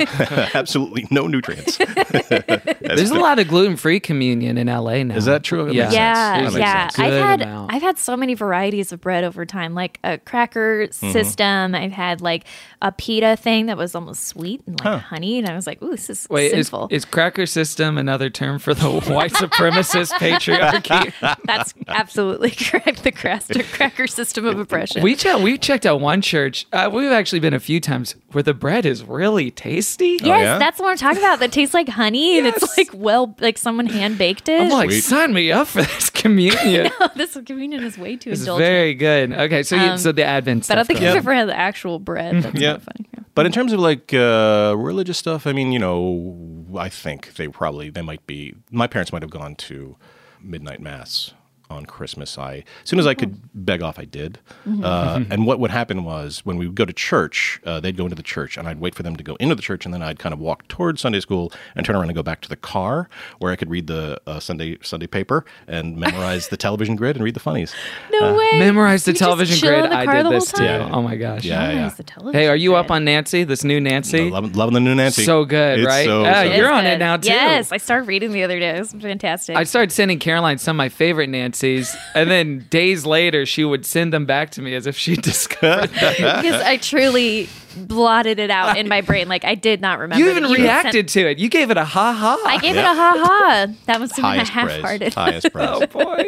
E: Absolutely no nutrients.
B: There's a lot of gluten free communion in LA now.
E: Is that true? That
B: Yeah.
E: makes sense.
D: Yeah,
E: That makes
D: yeah.
E: sense.
D: I've
B: Good
D: had
B: amount.
D: I've had so many varieties of bread over time, like a cracker
E: Mm-hmm.
D: system. I've had like a pita thing that was almost sweet and like honey, and I was like, "Ooh, this is
B: Wait, is,
D: sinful."
B: is cracker system another term for the white supremacist patriarchy?
D: That's absolutely correct. The craster cracker system of oppression.
B: We checked. We checked out one church. Uh, we've actually been a few times where the bread is really tasty.
D: Oh, yes,
E: yeah?
D: that's what I'm talking about. That tastes like honey, and
B: Yes.
D: it's like well, like someone hand baked it.
B: I'm like,
E: Sweet.
B: sign me up for this communion.
D: this communion is way too
B: it's
D: indulgent.
B: very good. Okay, so you, so the Advent
D: Um, but I
B: stuff.
D: don't think
B: goes.
D: you've ever had the actual
B: Mm-hmm.
D: bread. That's
E: Yeah.
D: kind of funny. Yeah.
E: But in terms of like uh, religious stuff, I mean, you know, I think they probably they might be. My parents might have gone to midnight mass on Christmas. I as soon as I
D: Oh.
E: could beg off, I did.
D: Mm-hmm.
E: Uh, and what would happen was when we would go to church, uh, they'd go into the church, and I'd wait for them to go into the church, and then I'd kind of walk towards Sunday school and turn around and go back to the car where I could read the uh, Sunday Sunday paper and memorize the television grid and read the funnies.
B: Uh,
D: No way.
B: memorize the
D: You just
B: television
D: chill
B: grid.
D: in the
B: I
D: car
B: did
D: the whole
B: this too.
D: time?
B: Oh my gosh.
E: Yeah, yeah.
D: Memorize the television
B: Hey, are you up
D: grid.
B: on Nancy? This new Nancy.
E: Loving, loving the new Nancy.
B: So good,
E: It's
B: right?
E: so-
B: Ah,
E: so
D: It is
B: you're on it
D: good.
B: now, too.
D: Yes, I started reading the other day. It was fantastic.
B: I started sending Caroline some of my favorite Nancys, and then days later she would send them back to me as if she discovered.
D: because I truly blotted it out in my brain. Like I did not remember.
B: you
D: that
B: even
D: had
B: reacted to it. You gave it a ha ha.
D: sent- I gave
E: Yeah.
D: it a ha ha. That must have been a
E: highest
D: half
E: praise.
D: hearted.
E: Highest praise.
B: oh boy.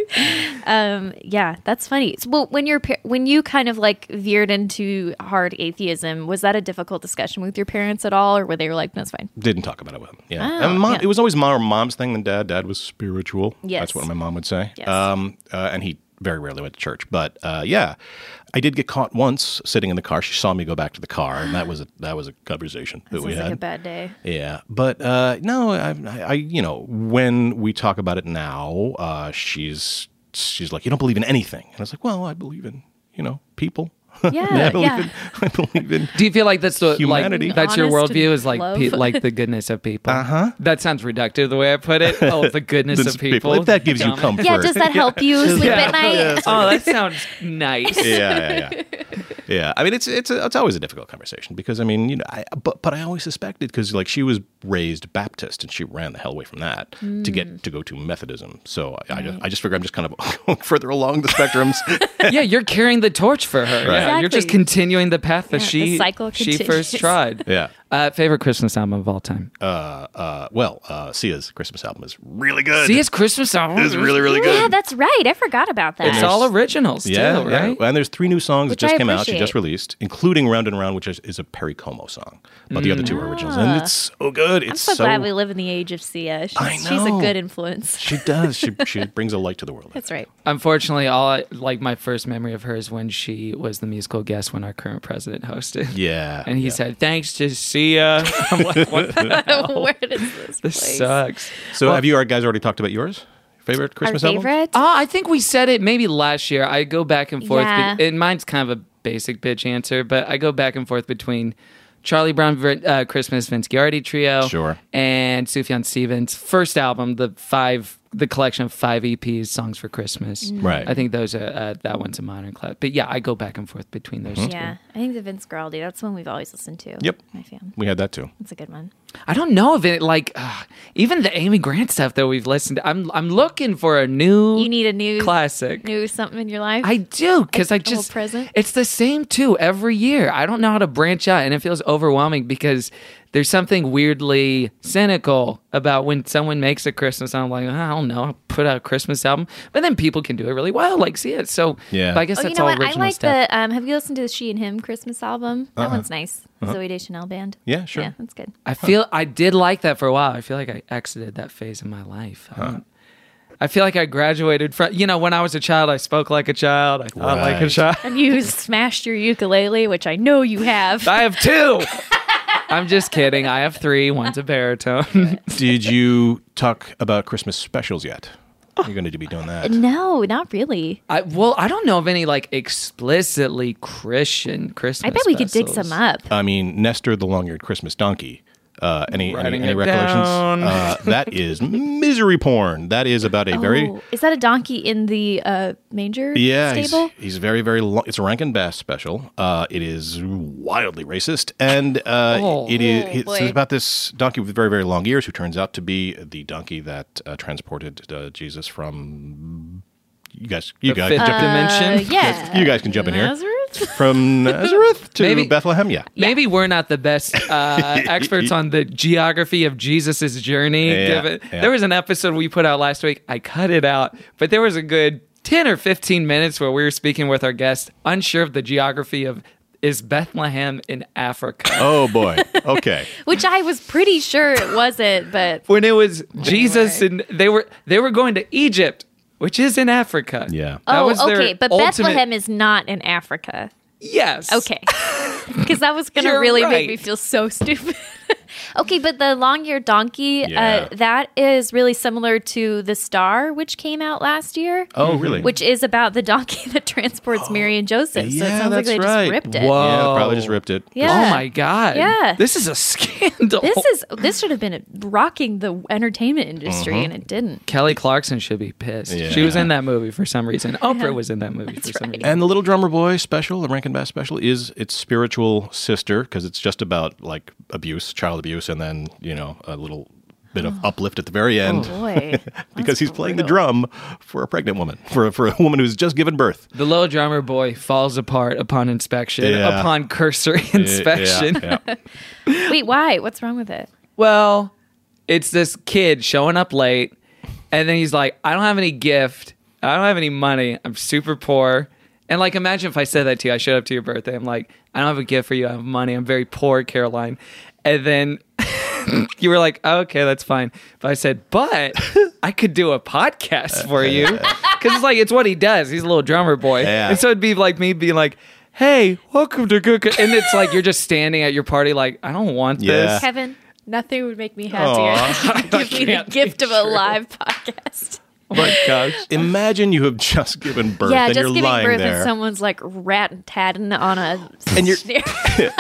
D: Um, yeah, that's funny. So, well, when your par- when you kind of like veered into hard atheism, was that a difficult discussion with your parents at all, or were they like, "No, it's fine."
E: Didn't talk about it with him. Yeah.
D: Oh,
E: and mom,
D: yeah.
E: It was always my mom's thing than dad. Dad was spiritual.
D: Yes.
E: That's what my mom would say.
D: Yes.
E: Um, uh, and he very rarely went to church. But uh, yeah, I did get caught once sitting in the car. She saw me go back to the car, and that was a, that was a conversation that
D: Sounds
E: we had.
D: like a bad day.
E: Yeah, but uh, no, I, I, I, you know, when we talk about it now, uh, she's she's like, you don't believe in anything, and I was like, well, I believe in you know people.
D: Yeah,
E: I believe
D: yeah.
E: in. I believe in.
B: Do you feel like that's the
E: Humanity.
B: like that's your
D: Honest
B: worldview is like
D: love.
B: pe- like the goodness of people? Uh huh. That sounds reductive the way I put it. Oh, the goodness
E: This
B: of people.
E: If that gives you
B: Dumbass.
E: comfort.
D: Yeah, does that help you sleep
B: Yeah.
D: at night?
B: Oh, that sounds nice.
E: yeah, yeah, yeah. Yeah, I mean it's it's a, it's always a difficult conversation because I mean you know I, but but I always suspected because like she was raised Baptist and she ran the hell away from that to
D: Mm.
E: get to go to Methodism. So I, I, just, I just figure I'm just kind of going further along the spectrums.
B: yeah, you're carrying the torch for her. Yeah, you're just
D: Exactly.
B: continuing the path that
D: Yeah, the
B: she
D: cycle
B: she
D: continues.
B: first tried.
E: yeah.
B: Uh, favorite Christmas album of all time.
E: Uh, well, uh, Sia's Christmas album is really good.
B: See, it's Christmas album.
E: It is really really
D: Oh,
E: good.
D: yeah, that's right. I forgot about that.
B: It's all originals
E: yeah,
B: too,
E: yeah.
B: right?
E: And there's three new songs
D: Which
E: that just
D: I
E: came out. She just
D: appreciate.
E: released, including "Round and Round," which is, is a Perry Como song, but the other two are originals, and it's so good. It's
D: Mm. I'm so, glad we live in the age of Sia. She's,
E: I
D: she's a
E: know.
D: good influence.
E: She does. She she brings a light to the world.
D: That's right.
B: Unfortunately, all I, like my first memory of her is when she was the musical guest when our current president hosted.
E: Yeah.
B: And he
E: yeah.
B: said, "Thanks to Sia." I'm like, what the
E: Oh.
D: Where does this,
B: This
D: place?
E: uh,
B: sucks.
E: So have you uh, guys already talked about yours? Favorite
D: Our
E: Christmas album? Oh.
D: favorite?
B: Uh, I think we said it maybe last year. I go back and forth.
D: Yeah.
B: be- and mine's kind of a basic bitch answer, but I go back and forth between Charlie Brown Ver- uh, Christmas Vince Giardi Trio
E: Sure.
B: and Sufjan Stevens' first album, the five, the collection of five EPs, Songs for Christmas.
D: Mm-hmm.
E: Right.
B: I think those are, uh, that one's a modern class. But yeah, I go back and forth between
E: Mm-hmm.
B: those two.
D: Yeah, I think the Vince Guaraldi. That's one we've always listened to.
E: Yep.
D: my fan.
E: We had that too.
D: That's a good one.
B: I don't know if it, like, uh, even the Amy Grant stuff that we've listened to, I'm, I'm looking for a new.
D: You need a new
B: Classic.
D: new something in your life.
B: I do because I
D: A little
B: just
D: present?
B: It's the same too every year. I don't know how to branch out, and it feels overwhelming because there's something weirdly cynical about when someone makes a Christmas album. Like I don't know, I'll put out a Christmas album, but then people can do it really well. Like see it. So
E: Yeah.
B: but I guess
D: oh, you
B: that's
D: know
B: all
D: what? I
B: original
D: like
B: stuff. Uh-huh.
D: the. Um, have you listened to the She and Him Christmas album? That one's nice. Zoe Deschanel band.
E: Yeah, sure.
D: Yeah, that's good.
B: I feel I did like that for a while. I feel like I exited that phase of my life. I don't- I feel like I graduated from, you know, when I was a child, I spoke like a child. I thought like a
E: Right.
B: child.
D: And you smashed your ukulele, which I know you have.
B: I have two. I'm just kidding. I have three. One's a baritone.
E: Did you talk about Christmas specials yet?
D: Oh.
E: You're going to be doing that.
D: no, not really.
B: I well, I don't know of any like explicitly Christian
D: I
B: Christmas.
D: bet we could dig
B: specials.
D: some up.
E: I mean, Nestor the Long-Eared Christmas Donkey. Uh, any any,
B: Writing
E: any
B: it
E: recollections?
B: down.
E: Uh, that is misery porn. That is about a very
D: Oh, is that a donkey in the uh, manger
E: yeah. He's,
D: stable?
E: he's very very long. It's a Rankin Bass special. Uh, it is wildly racist, and uh,
B: Oh.
E: it is
D: Oh,
E: it's,
D: boy.
E: about this donkey with very very long ears who turns out to be the donkey that uh, transported uh, Jesus from. You guys, you
B: The
E: guys,
B: fifth
D: Uh,
B: dimension.
D: yeah.
E: you guys can jump in here.
D: Nazareth?
E: From Nazareth to
B: Maybe-
E: Bethlehem, yeah.
B: Maybe we're not the best uh, experts on the geography of Jesus' journey.
E: Yeah,
B: given-
E: yeah.
B: There was an episode we put out last week. I cut it out, but there was a good 10 or 15 minutes where we were speaking with our guest, unsure of the geography of is Bethlehem in Africa?
E: Oh boy. Okay.
D: Which I was pretty sure it wasn't, but
B: when it was Jesus and they were they were going to Egypt, which is in Africa.
E: Yeah.
B: That
D: oh,
B: was their
D: okay. But
B: ultimate-
D: Bethlehem is not in Africa.
B: Yes.
D: Okay, because that was gonna
B: You're
D: really
B: right.
D: make me feel so stupid. okay, but the long-eared donkey,
E: Yeah.
D: uh, that is really similar to the star, which came out last year.
E: Oh really?
D: Which is about the donkey that transports Mary and Joseph. so it
E: yeah,
D: sounds like
E: that's
D: they
E: right.
D: just ripped it.
B: Whoa.
E: Yeah, probably just ripped it.
D: Yeah.
B: Oh my god.
D: Yeah.
B: This is a scandal.
D: This is this should have been rocking the entertainment industry,
E: Uh-huh.
D: and it didn't.
B: Kelly Clarkson should be pissed.
E: Yeah.
B: She was in that movie for some reason. Oprah was in that movie for some reason.
E: And the Little Drummer Boy special, the Rankin Bass special, is its spiritual sister because it's just about like abuse, child abuse, and then you know a little bit of uplift at the very end
D: Oh. Boy,
E: because he's playing the
D: brutal.
E: drum for a pregnant woman, for for a woman who's just given birth.
B: The little drummer boy falls apart upon inspection,
E: Yeah.
B: upon cursory inspection.
E: Yeah, yeah.
D: Wait, why? What's wrong with it?
B: Well, it's this kid showing up late, and then he's like, I don't have any gift. I don't have any money. I'm super poor. And like, imagine if I said that to you. I showed up to your birthday. I'm like, I don't have a gift for you. I have money. I'm very poor, Caroline. And then you were like, oh, okay, that's fine. But I said, but I could do a podcast for you. Because it's like, it's what he does. He's a little drummer boy.
E: Yeah.
B: And so it'd be like me being like, hey, welcome to Good. Co-" And it's like, you're just standing at your party, like, I don't want
E: Yeah.
B: this.
D: Kevin, nothing would make me happier. than you Give me the gift of a live podcast.
B: my gosh.
E: Imagine you have just given birth
D: yeah,
E: and
D: just
E: you're
D: giving
E: lying
D: birth
E: there.
D: and someone's like rat tatting on a
E: And you're-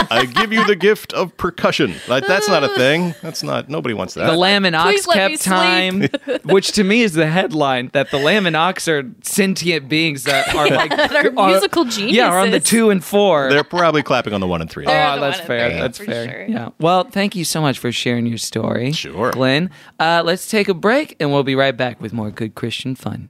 E: I give you the gift of percussion. Like, that's not a thing. That's not. Nobody wants that.
B: The lamb and ox
D: Please let
B: kept
D: me
B: time, Uh, which to me is the headline that the lamb and ox are sentient beings that are like
D: They're
B: are-
D: musical
B: Yeah, are on the
D: geniuses.
B: two and 4
E: They're probably clapping on the one and three.
D: They're-
B: Ah,
D: the
B: that's
D: one and
B: fair.
D: three,
B: that's
D: for
B: fair.
D: sure.
B: Yeah. Well, thank you so much for sharing your story.
E: Sure.
B: Glenn. Uh, let's take a break and we'll be right back with more good Christian fun.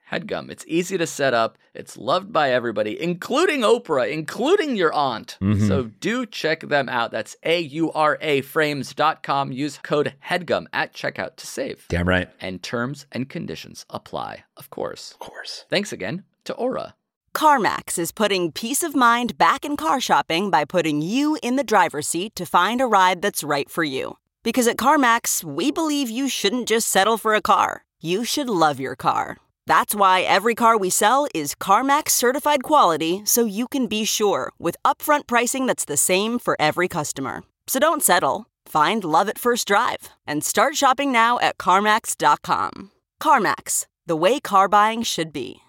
F: HEADGUM. It's easy to set up, it's loved by everybody, including Oprah, including your aunt. So do check them out. That's A U R A frames.com. Use code HEADGUM at checkout to save.
G: Damn right.
F: And terms and conditions apply, of course.
G: Of course.
F: Thanks again to Aura.
H: CarMax is putting peace of mind back in car shopping by putting you in the driver's seat to find a ride that's right for you. Because at CarMax, we believe you shouldn't just settle for a car, you should love your car. That's why every car we sell is CarMax certified quality so you can be sure with upfront pricing that's the same for every customer. So don't settle. Find love at first drive and start shopping now at CarMax.com. CarMax, the way car buying should be.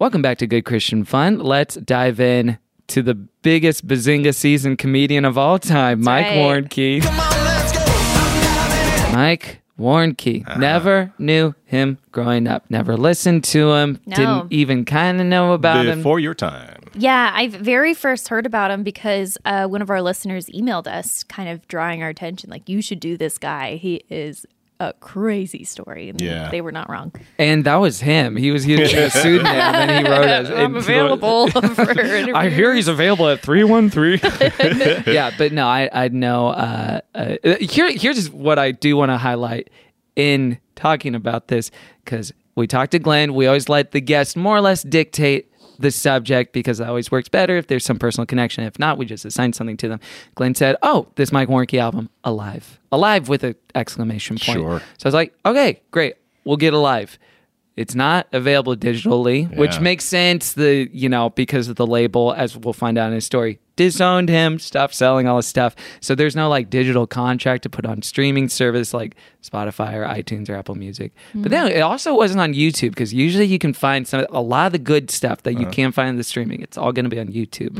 B: Welcome back to Good Christian Fun. Let's dive in to the biggest bazinga season comedian of all time, Mike
D: right.
B: Warren Key. Mike Warren Key. Never knew him growing up. Never listened to him.
D: No.
B: Didn't even kind of know about him.
E: Before your time.
D: Yeah, I very first heard about him because uh, one of our listeners emailed us, kind of drawing our attention, like, you should do this guy. He is a crazy story. And
E: Yeah.
D: They were not wrong.
B: And that was him. He was using a pseudonym and he wrote us.
D: I'm
B: into-
D: available for interviews.
B: I hear he's available at 313. yeah, but no, I, I know. Uh, uh, here, here's what I do want to highlight in talking about this because we talked to Glenn. We always let the guest more or less dictate the subject because that always works better if there's some personal connection. If not, we just assign something to them. Glenn said, Oh, this Mike Warnke album, Alive. Alive with an exclamation point.
E: Sure.
B: So I was like, Okay, great. We'll get Alive. It's not available digitally, which
E: Yeah.
B: makes makes sense the you know because of the label as we'll find out in his story disowned him stuff selling all his stuff so there's no like digital contract to put on streaming service like spotify or itunes or apple music but then it also wasn't on youtube because usually you can find some a lot of the good stuff that you can't find in the streaming it's all going to be on youtube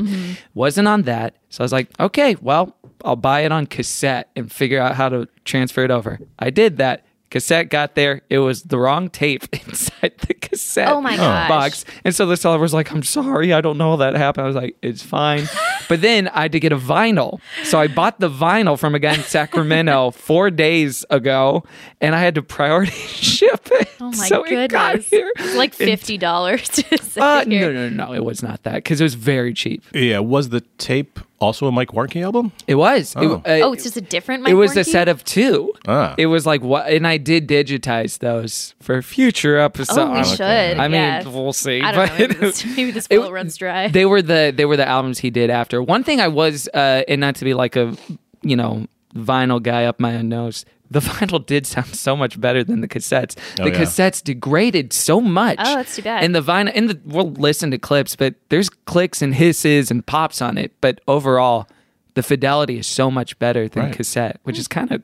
B: wasn't on that so i was like okay well i'll buy it on cassette and figure out how to transfer it over i did that cassette got there it was the wrong tape inside the cassette
D: Oh my gosh.
B: box and so the seller was like, I'm sorry, I don't know how that happened. I was like, it's fine. but then I had to get a vinyl. So I bought the vinyl from a guy in Sacramento four days ago and I had to priority ship it.
D: Oh my
B: so
D: goodness.
B: It got here.
D: It's like $50 to sit
B: Uh, no,
D: here.
B: no, no, it was not that because it was very cheap.
E: Yeah. Was the tape also a Mike Warnke album?
B: It was. It-
E: Oh.
B: uh,
D: Oh, it's just a different Mike
B: it was a
D: Warnke?
B: set of two.
E: Ah.
B: It was like what, and I did digitize those for future episodes.
D: Oh, we should.
B: I mean,
D: yeah.
B: we'll see.
D: I don't know.
B: but-
D: Maybe this, maybe this will runs dry.
B: They were the they were the albums he did after. One thing I was uh and not to be like a you know vinyl guy up my own nose. The vinyl did sound so much better than the cassettes. The
E: Oh, yeah.
B: cassettes degraded so much.
D: Oh, that's too bad.
B: And the vinyl and the we'll listen to clips, but there's clicks and hisses and pops on it. But overall, the fidelity is so much better than
E: Right.
B: cassette, which is kind of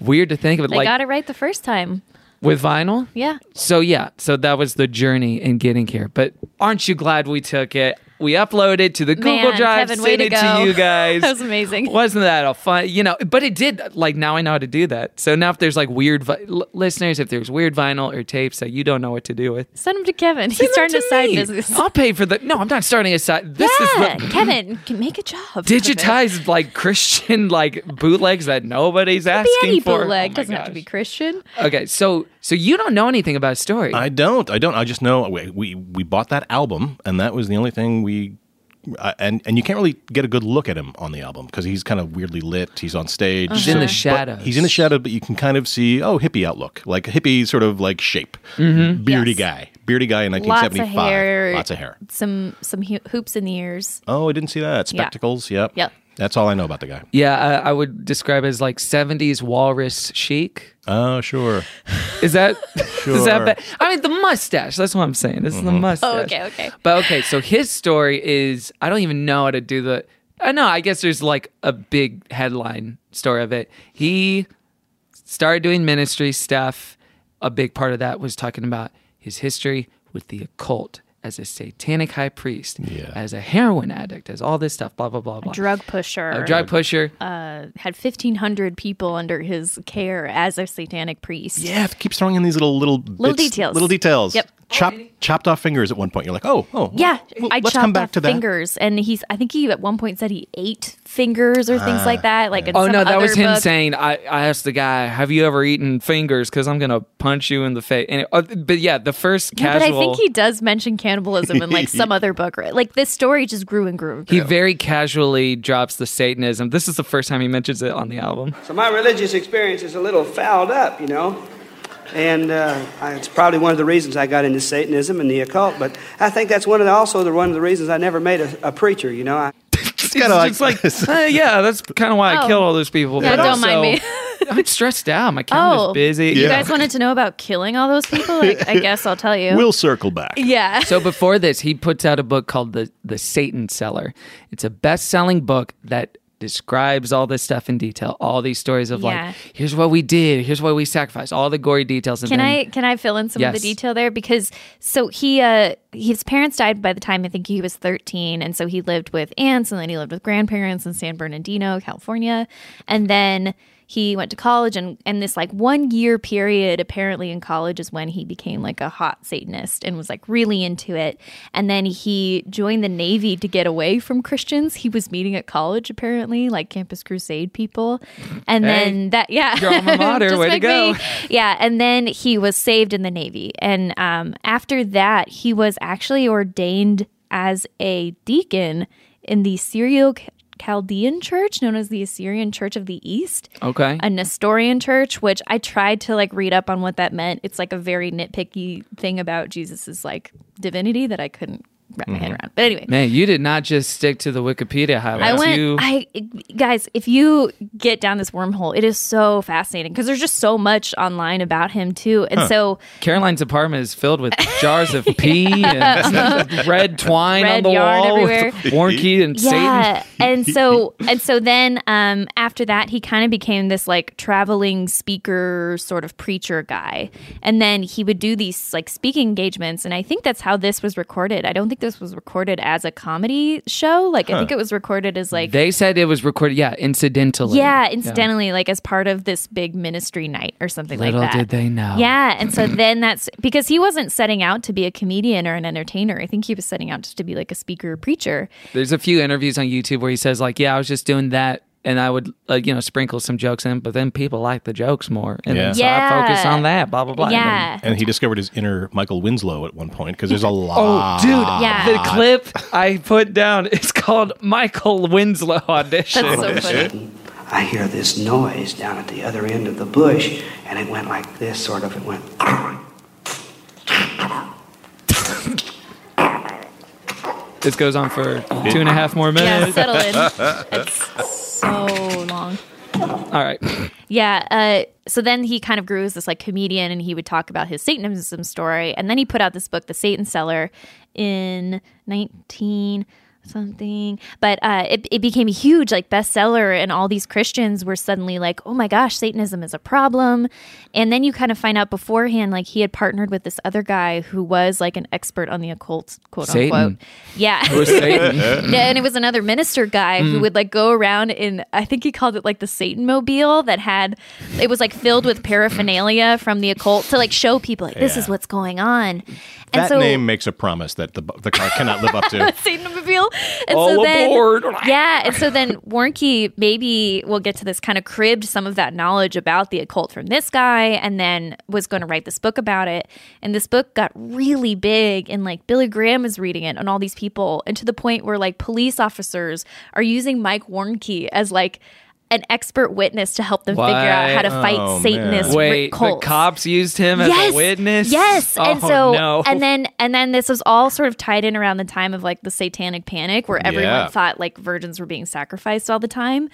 B: weird to think of it
D: They
B: like
D: got it right the first time.
B: with vinyl.
D: Yeah.
B: So yeah, so that was the journey in getting here. But aren't you glad we took it? We uploaded to the Google
D: Man,
B: Drive,
D: Kevin, way
B: sent
D: to go.
B: it to you guys.
D: That was amazing.
B: Wasn't that a fun? You know, but it did. Like now I know how to do that. So now if there's like weird vi- l- listeners, if there's weird vinyl or tapes that you don't know what to do with,
D: Send them to Kevin.
B: send
D: He's
B: them
D: starting
B: to
D: a side
B: me. Oh,
D: business.
B: I'll pay for the. No, I'm not starting a side. This
D: yeah,
B: is the
D: Kevin can make a job. of it.
B: digitized like Christian like bootlegs that nobody's
D: Be
B: asking
D: any
B: for.
D: bootleg
B: Oh my
D: doesn't have to
B: gosh.
D: be Christian.
B: Okay, so so you don't know anything about story.
E: I don't. I don't. I just know we we, we bought that album, and that was the only thing we. Uh, and and you can't really get a good look at him on the album because he's kind of weirdly lit. He's on stage.
B: He's in the
E: but
B: shadows.
E: He's in the shadow, but you can kind of see oh hippie outlook, like hippie sort of like shape, beardy
D: Mm-hmm. Yes.
E: guy, beardy guy in
D: Lots of
E: 1975.
D: hair.
E: Lots of hair.
D: Some some ho- hoops in the ears.
E: Oh, I didn't see that. Spectacles. Yep.
D: Yep.
E: That's all I know about the guy.
B: Yeah, I, I would describe it as like '70s walrus chic.
E: Oh, sure.
B: Is that? Is that
E: Sure.
B: bad? I mean, the mustache. That's what I'm saying. This is the mustache.
D: Oh, okay, okay.
B: But okay, so his story is I don't even know how to do the. I know. I guess there's like a big headline story of it. He started doing ministry stuff. A big part of that was talking about his history with the occult as a satanic high priest, as a heroin addict, as all this stuff. Blah blah blah blah.
D: Drug pusher.
B: a drug pusher.
D: had 1500 people under his care as a satanic priest
E: Yeah, it keeps throwing in these little little
D: Little details.
E: Little details.
D: Yep.
E: Chop, chopped off fingers at one point. You're like, oh, oh. well,
D: Yeah,
E: well,
D: I
E: let's
D: chopped
E: come back
D: off
E: to that.
D: fingers, and he's. I think he at one point said he ate fingers or things like that. Like, in
B: Oh
D: some
B: no, that
D: other
B: was him
D: book.
B: saying. I, I asked the guy, "Have you ever eaten fingers? Because I'm gonna punch you in the face." And it, uh, but yeah, the first
D: Yeah, but
B: casual,
D: I think he does mention cannibalism in like some other book. Right? Like this story just grew and grew. And
B: he
D: grew.
B: very casually drops the Satanism. This is the first time he mentions it on the album.
I: So my religious experience is a little fouled up, you know. And uh, I, it's probably one of the reasons I got into Satanism and the occult, but I think that's one of the, also the, one of the reasons I never made a, a preacher, you know. I,
B: It's
E: kinda like
B: just like, "Eh, yeah, that's kind of why I
D: Oh.
B: killed all those people.
D: Yeah,
B: but
D: don't mind
B: also,
D: me.
B: I'm stressed out. My calendar's
D: oh
B: busy.
D: You guys wanted to know about killing all those people? Like, I guess I'll tell you.
E: We'll circle back.
D: yeah.
B: So before this, he puts out a book called the the Satan Seller. It's a best selling book that describes all this stuff in detail, all these stories of
D: Yeah.
B: like, here's what we did, here's what we sacrificed, all the gory details. And
D: Can
B: then,
D: I can I fill in some of
B: Yes.
D: the detail there because so he uh his parents died by the time I think he was 13 and so he lived with aunts and then he lived with grandparents in San Bernardino, California and then he went to college and and this like one year period apparently in college is when he became like a hot satanist and was like really into it and then he joined the navy to get away from Christians. He was meeting at college apparently like campus crusade people and
B: Hey.
D: then that yeah
B: Your alma mater,
D: Just
B: way to
D: make
B: go.
D: me- yeah, and then he was saved in the Navy, and um, after that, he was actually ordained as a deacon in the Syrio Chaldean Church, known as the Assyrian Church of the East,
B: Okay.
D: a Nestorian church. Which I tried to like read up on what that meant. It's like a very nitpicky thing about Jesus's like divinity that I couldn't wrap my head
B: Mm-hmm.
D: around. But anyway,
B: Man, you did not just stick to the Wikipedia highlights.
D: I went.
B: You,
D: I guys, if you get down this wormhole, it is so fascinating because there's just so much online about him too, and so
B: Caroline's apartment is filled with jars of pee and red twine on
D: Red
B: the
D: yarn
B: wall,
D: everywhere.
B: with Warnke and Satan.
D: yeah, and so and so then um, after that, he kind of became this like traveling speaker sort of preacher guy, and then he would do these like speaking engagements, and I think that's how this was recorded. I don't think this was recorded as a comedy show. Like I think it was recorded as like
B: They said it was recorded, yeah, incidentally.
D: Yeah, incidentally, like as part of this big ministry night or something
B: Little
D: like that.
B: did they know.
D: Yeah, and so then that's because he wasn't setting out to be a comedian or an entertainer. I think he was setting out just to be like a speaker, preacher.
B: There's a few interviews on YouTube where he says like, "Yeah, I was just doing that." And I would, uh, you know, sprinkle some jokes in, but then people like the jokes more, and
E: Yeah.
B: so I focus
D: Yeah.
B: on that. Blah blah blah. And
D: yeah.
E: And he discovered his inner Michael Winslow at one point because there's a
B: Oh,
E: lot.
B: dude,
D: Yeah.
B: the clip I put down is called Michael Winslow audition.
D: That's so funny.
I: I hear this noise down at the other end of the bush, and it went like this, sort of. It went.
B: this goes on for two and a half more
D: Yeah,
B: minutes.
D: settle in. It's so long.
B: All right.
D: Yeah. Uh, so then he kind of grew as this like comedian, and he would talk about his Satanism story, and then he put out this book, The Satan Seller, in nineteen. something but uh, it, it became a huge like bestseller and all these christians were suddenly like oh my gosh satanism is a problem and then you kind of find out beforehand like he had partnered with this other guy who was like an expert on the occult quote
B: Satan.
D: unquote yeah
B: It was Satan.
D: Yeah, and it was another minister guy who would like go around in i think he called it like the satan mobile that had it was like filled with paraphernalia from the occult to like show people like this
E: Yeah.
D: is what's going on
E: that name makes a promise that the, the car cannot live up to.
D: Satanomobile. And
E: All
D: so then,
E: aboard.
D: Yeah, and so then Warnke maybe will get to this kind of cribbed some of that knowledge about the occult from this guy, and then was going to write this book about it. And this book got really big, and like Billy Graham is reading it, and all these people, and to the point where like police officers are using Mike Warnke as like an expert witness to help them figure out how to fight Satanist
B: Wait,
D: cults.
B: the cops used him as a witness.
D: Yes.
B: Oh,
D: and so
B: no.
D: and then and then this was all sort of tied in around the time of like the satanic panic where everyone
B: Yeah.
D: thought like virgins were being sacrificed all the time.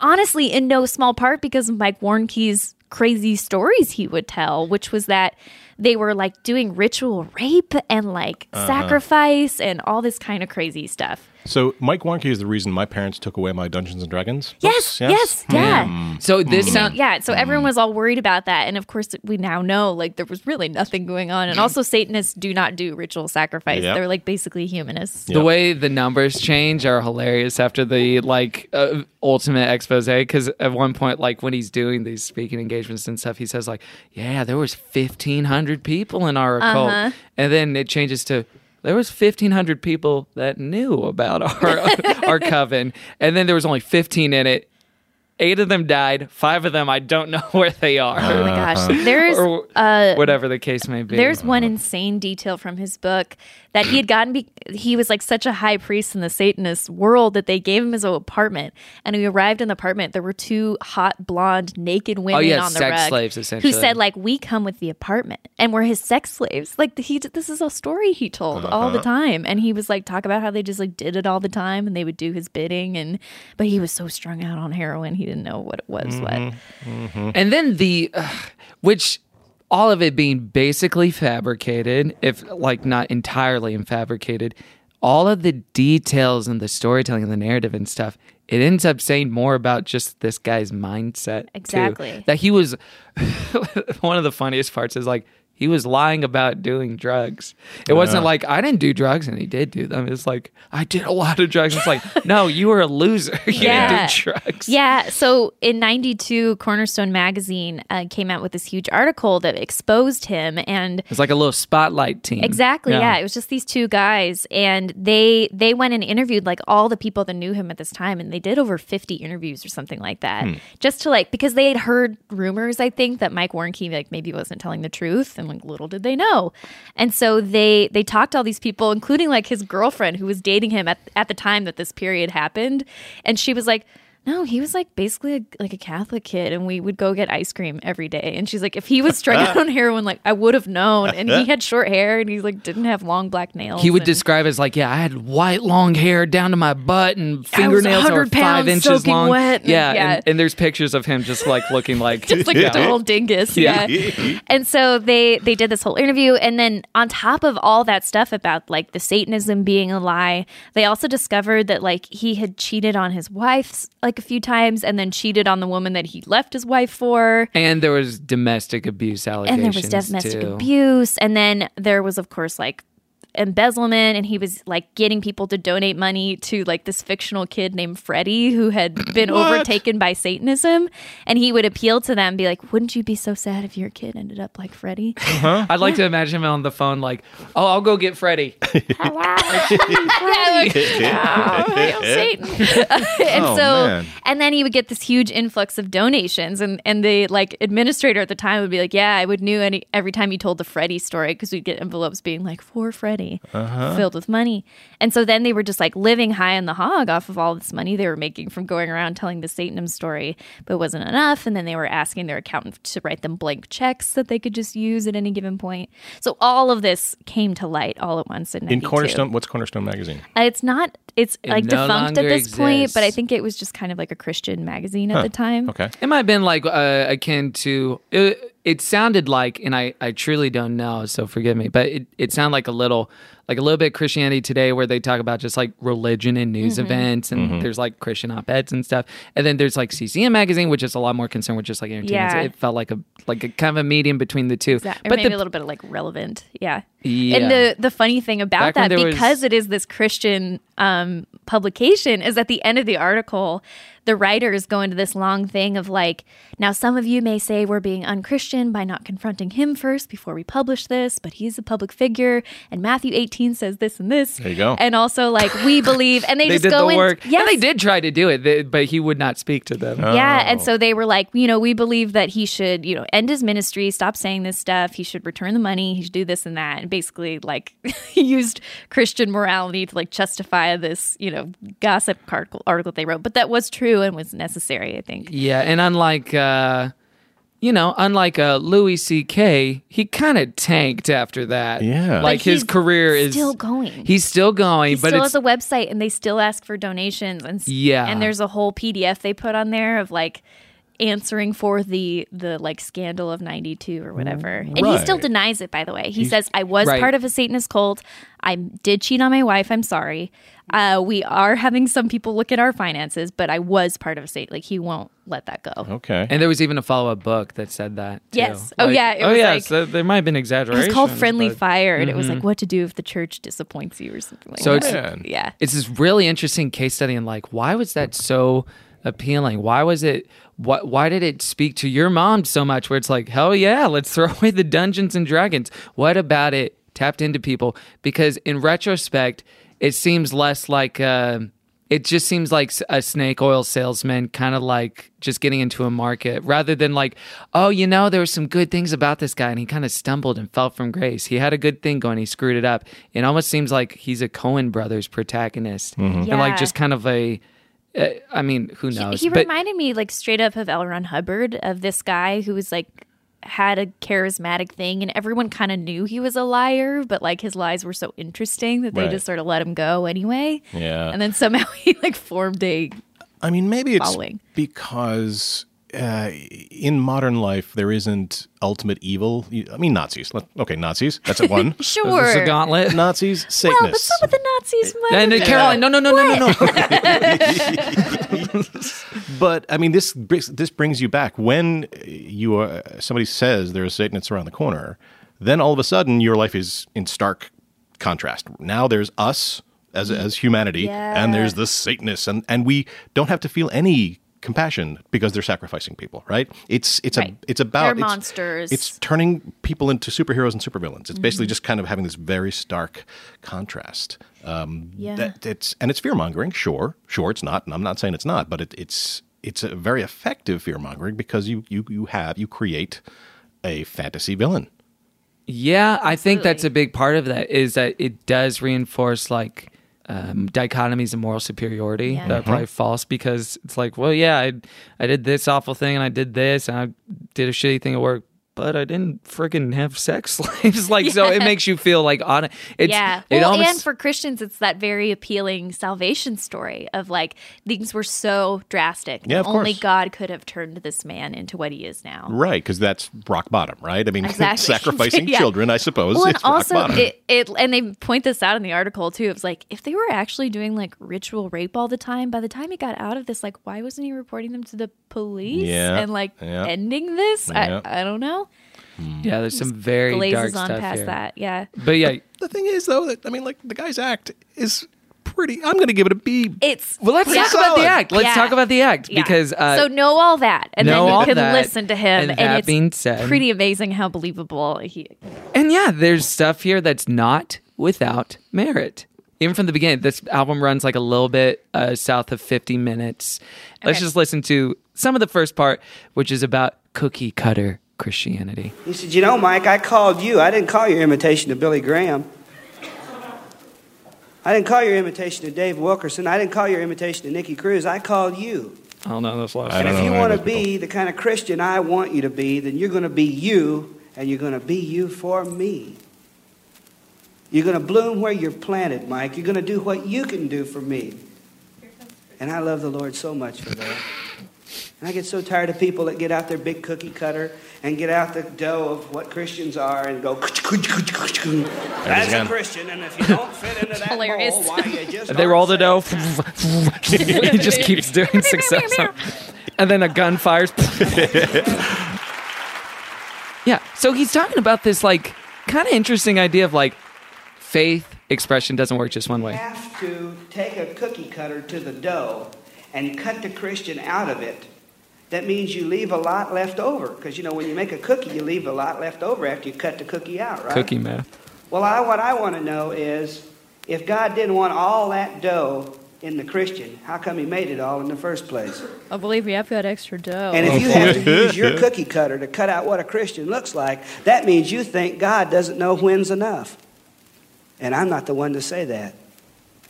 D: Honestly, in no small part because of Mike Warnke's crazy stories he would tell, which was that they were like doing ritual rape and like
E: Uh-huh.
D: sacrifice and all this kind of crazy stuff.
E: So Mike Wonky is the reason my parents took away my Dungeons and Dragons.
D: Yes, yes, yeah.
B: So
D: You know, yeah. So everyone was all worried about that, and of course, we now know like there was really nothing going on. And also, Satanists do not do ritual sacrifice;
B: Yep.
D: they're like basically humanists.
B: The way the numbers change are hilarious after the like uh, ultimate expose because at one point, like when he's doing these speaking engagements and stuff, he says like, "Yeah, there was fifteen hundred people in our occult,"
J: Uh-huh.
B: and then it changes to. There was fifteen hundred people that knew about our our coven, and then there was only fifteen in it. Eight of them died. Five of them I don't know where they are.
D: Oh my gosh, there's
B: Or
D: uh,
B: whatever the case may be.
D: There's one insane detail from his book that he had gotten. Be- he was like such a high priest in the Satanist world that they gave him his own apartment. And when he arrived in the apartment, there were two hot, blonde, naked women
B: Oh, yeah,
D: on the
B: sex
D: rug
B: slaves, essentially.
D: who said like, "We come with the apartment," and were his sex slaves. Like he, this is a story he told all the
B: Uh-huh.
D: time, and he was like talk about how they just like did it all the time, and they would do his bidding. And but he was so strung out on heroin, he didn't know what it was.
B: Mm-hmm.
D: What
B: And then the, uh, which all of it being basically fabricated, if like not entirely fabricated, all of the details and the storytelling and the narrative and stuff, it ends up saying more about just this guy's mindset. too.
D: Exactly.
B: That he was, one of the funniest parts is like, he was lying about doing drugs. It
J: Uh.
B: wasn't like I didn't do drugs and he did do them. It's like I did a lot of drugs. It's like no, you were a loser. you
D: Yeah.
B: didn't do drugs.
D: Yeah. So in 92, Cornerstone Magazine uh, came out with this huge article that exposed him. And
B: It's like a little spotlight team.
D: exactly, yeah. it was just these two guys. And they they went and interviewed like all the people that knew him at this time. And they did over 50 interviews or something like that.
B: Hmm.
D: Just to like, because they had heard rumors, I think, that Mike Warnke like maybe wasn't telling the truth. And like little did they know. And so they they talked to all these people, including like his girlfriend who was dating him at, at the time that this period happened. And she was like, no, he was like basically a, like a Catholic kid, and we would go get ice cream every day. And she's like, if he was strung out on heroin, like I would have known. And he had short hair, and he like didn't have long black nails.
B: He would
D: and-
B: describe as like, yeah, I had white long hair down to my butt and
D: I was
B: fingernails that were
D: 100
B: five
D: pounds
B: inches
D: soaking
B: long.
D: wet.
B: yeah,
D: Yeah.
B: And, and there's pictures of him just like looking like
D: just like a total dingus.
B: Yeah.
D: Yeah. and so they they did this whole interview, and then on top of all that stuff about like the Satanism being a lie, they also discovered that like he had cheated on his wife like a few times, and then cheated on the woman that he left his wife for.
B: And there was domestic abuse
D: and
B: allegations.
D: there was domestic
B: too.
D: abuse and then there was of course like embezzlement and he was like getting people to donate money to like this fictional kid named Freddie who had been
K: What?
D: overtaken by satanism and he would appeal to them be like wouldn't you be so sad if your kid ended up like Freddie
B: I'd like to imagine him on the phone like, oh, I'll go get Freddie.
D: Yeah, like, "Oh, hail Satan. and
B: Oh,
D: so
B: man.
D: and then he would get this huge influx of donations and and the like administrator at the time would be like yeah i would knew any every time you told the freddy story because we'd get envelopes being like for freddy
K: Uh-huh.
D: filled with money and so then they were just like living high on the hog off of all this money they were making from going around telling the satanism story but it wasn't enough and then they were asking their accountant to write them blank checks that they could just use at any given point so all of this came to light all at once in,
E: In
D: 92.
E: Cornerstone, what's Cornerstone magazine?
D: Uh, It's not. It's
E: It
D: like
E: no
D: defunct at
E: longer
D: this point, but I
E: exists.
D: think it was just kind of like a Christian magazine at
B: Huh.
D: the time.
E: Okay.
B: It might have been like uh, akin to it, it sounded like, and I, I truly don't know, so forgive me, but it, it sounded like a little, like a little bit Christianity Today, where they talk about just like religion and news
D: Mm-hmm.
J: Mhm.
B: events, and
J: Mhm.
B: there's like Christian op eds and stuff, and then there's like CCM magazine, which is a lot more concerned with just like entertainment.
D: Yeah.
B: It felt like a like a kind of a medium between the two,
D: Exactly. Or
B: but
D: maybe
B: the
D: a little bit of like relevant. Yeah.
B: Yeah.
D: And the the funny thing about
B: Back
D: that,
B: when there was-
D: because it is this Christian um, publication, is at the end of the article, the writers go into this long thing of like, now some of you may say we're being unchristian by not confronting him first before we publish this, but he's a public figure, and Matthew 18 says this and this.
B: There you go.
D: And also like we believe, and they, just
B: did
D: go
B: the
D: in.
B: work.
D: Yes.
B: And they did try to do it, they- but he would not speak to them.
D: Yeah, and so they were like, you know, we believe that he should, you know, end his ministry, stop saying this stuff. He should return the money. He should do this and that, and basically, like, he used Christian morality to like justify this, you know, gossip article, article they wrote. But that was true and was necessary, I think.
B: Yeah, and unlike uh you know, unlike uh Louis C.K., he kind of tanked after that.
E: Yeah.
B: like
D: But
B: his
D: he's
B: career is
D: still going.
B: He's still going,
D: He
B: but
D: still
B: it's
D: has a website, and they still ask for donations, and s-
B: Yeah.
D: and there's a whole PDF they put on there of like answering for the the like scandal of 92 or whatever
B: Mm,
D: and he still
K: Right.
D: denies it by the way he
K: He's-
D: says i was
K: Right.
D: part of a satanist cult i did cheat on my wife i'm sorry uh, we are having some people look at our finances but i was part of a satan like he won't let that go
E: okay.
B: And there was even a follow up book that said that. too.
D: Yes. Oh, yeah, it
B: oh
D: was
B: yeah.
D: like-
B: so there might have been
D: it
B: exaggeration.
D: was called friendly
B: but-
D: fire and it was
B: Mhm.
D: like what to do if the church disappoints you or something like
B: so
D: that
B: it's
D: yeah
B: it's this really interesting case study and like why was that so appealing why was it why, why did it speak to your mom so much where it's like hell yeah let's throw away the dungeons and dragons what about it tapped into people because in retrospect it seems less like uh, it just seems like s- a snake oil salesman kind of like just getting into a market rather than like oh you know there were some good things about this guy and he kind of stumbled and fell from grace he had a good thing going he screwed it up it almost seems like he's a cohen brothers protagonist and
D: Yeah.
B: like just kind of a uh, i mean who knows
D: He
B: but
D: reminded me like straight up of L. Ron Hubbard of this guy who was like had a charismatic thing and everyone kind of knew he was a liar, but like his lies were so interesting that they
E: Right.
D: just sort of let him go anyway.
E: Yeah.
D: And then somehow he like formed a
E: I mean, maybe it's
D: following.
E: because uh, in modern life there isn't ultimate evil. You- I mean, Nazis. Let- Okay, Nazis. That's at one.
D: Sure. This is a
B: gauntlet.
E: Nazis,
D: Well,
E: Satanists.
D: but some of the Nazis might
B: and
D: have
B: then Caroline, no, no, no, no, no, no.
E: But I mean, this brings- this brings you back when you are somebody says there are Satanists around the corner. Then all of a sudden, your life is in stark contrast. Now there's us as
D: Mm-hmm.
E: as humanity, and there's the Satanists, and and we don't have to feel any compassion because they're sacrificing people. Right? It's it's
D: Right.
E: a it's about
D: They're
E: it's-
D: monsters.
E: It's turning people into superheroes and supervillains. It's basically
D: Mhm.
E: just kind of having this very stark contrast. Um,
D: Yeah.
E: that it's and it's fear mongering. Sure, sure, it's not, and I'm not saying it's not, but it, it's it's a very effective fear mongering because you you you have you create a fantasy villain.
B: Yeah, I think that's a big part of that is that it does reinforce like um, dichotomies of moral superiority
J: Yeah.
B: that are
J: Mhm.
B: probably false because it's like, well, yeah, I I did this awful thing and I did this and I did a shitty thing at work, but I didn't freaking have sex slaves. like, so it
D: Yeah.
B: makes you feel like on it's
D: yeah.
B: it
D: well,
B: almost
D: and for Christians, it's that very appealing salvation story of like things were so drastic.
E: Yeah,
D: and
E: of course.
D: only God could have turned this man into what he is now.
E: Right, because that's rock bottom, right? I mean,
D: Exactly.
E: sacrificing
D: Yeah.
E: children, I suppose.
D: Well, and
E: is rock
D: also
E: bottom.
D: it, it and they point this out in the article too. It was like if they were actually doing like ritual rape all the time, by the time he got out of this, like why wasn't he reporting them to the police
B: Yeah.
D: and like
B: Yeah.
D: ending this?
B: Yeah.
D: I, I don't know.
B: yeah, there's some very dark
D: Glazes on
B: stuff
D: past
B: here.
D: that, yeah.
B: But yeah,
E: the thing is, though, that I mean, like the guy's act is pretty. I'm going to give it a B.
D: It's
B: well, let's
D: yeah.
B: talk about the
D: solid.
B: act. Let's
D: Yeah.
B: talk about the act
D: Yeah.
B: because uh,
D: so know all that, and
B: know
D: then
B: all
D: you can
B: that,
D: listen to him,
B: and
D: and,
B: that
D: it's
B: being said-
D: pretty amazing how believable he.
B: And yeah, there's stuff here that's not without merit. Even from the beginning, this album runs like a little bit uh, south of 50 minutes. Let's just listen to some of the first part, which is about cookie cutter Christianity.
I: He said, You know, Mike, I called you. I didn't call your imitation of Billy Graham. I didn't call your imitation of Dave Wilkerson. I didn't call your imitation of Nikki Cruz. I called you.
B: I don't know this last
I: and if you want to be the kind of Christian I want you to be, then you're going to be you, and you're going to be you for me. You're going to bloom where you're planted, Mike. You're going to do what you can do for me. And I love the Lord so much for that. And I get so tired of people that get out their big cookie cutter and get out the dough of what Christians are and go. That's a
E: again.
I: Christian, and if you don't fit into that
D: Hilarious.
I: mold, why you just
B: they roll the dough. it just keeps doing success. and then a gun fires. yeah. So he's talking about this like kind of interesting idea of like faith expression doesn't work just one way.
I: have to take a cookie cutter to the dough and cut the Christian out of it, that means you leave a lot left over. Because, you know, when you make a cookie, you leave a lot left over after you cut the cookie out, right?
B: Cookie math.
I: Well, I, what I want to know is if God didn't want all that dough in the Christian, how come He made it all in the first place?
D: Oh, believe me, I've got extra dough.
B: Oh,
I: And if you have to use your cookie cutter to cut out what a Christian looks like, that means you think God doesn't know when's enough. And I'm not the one to say that.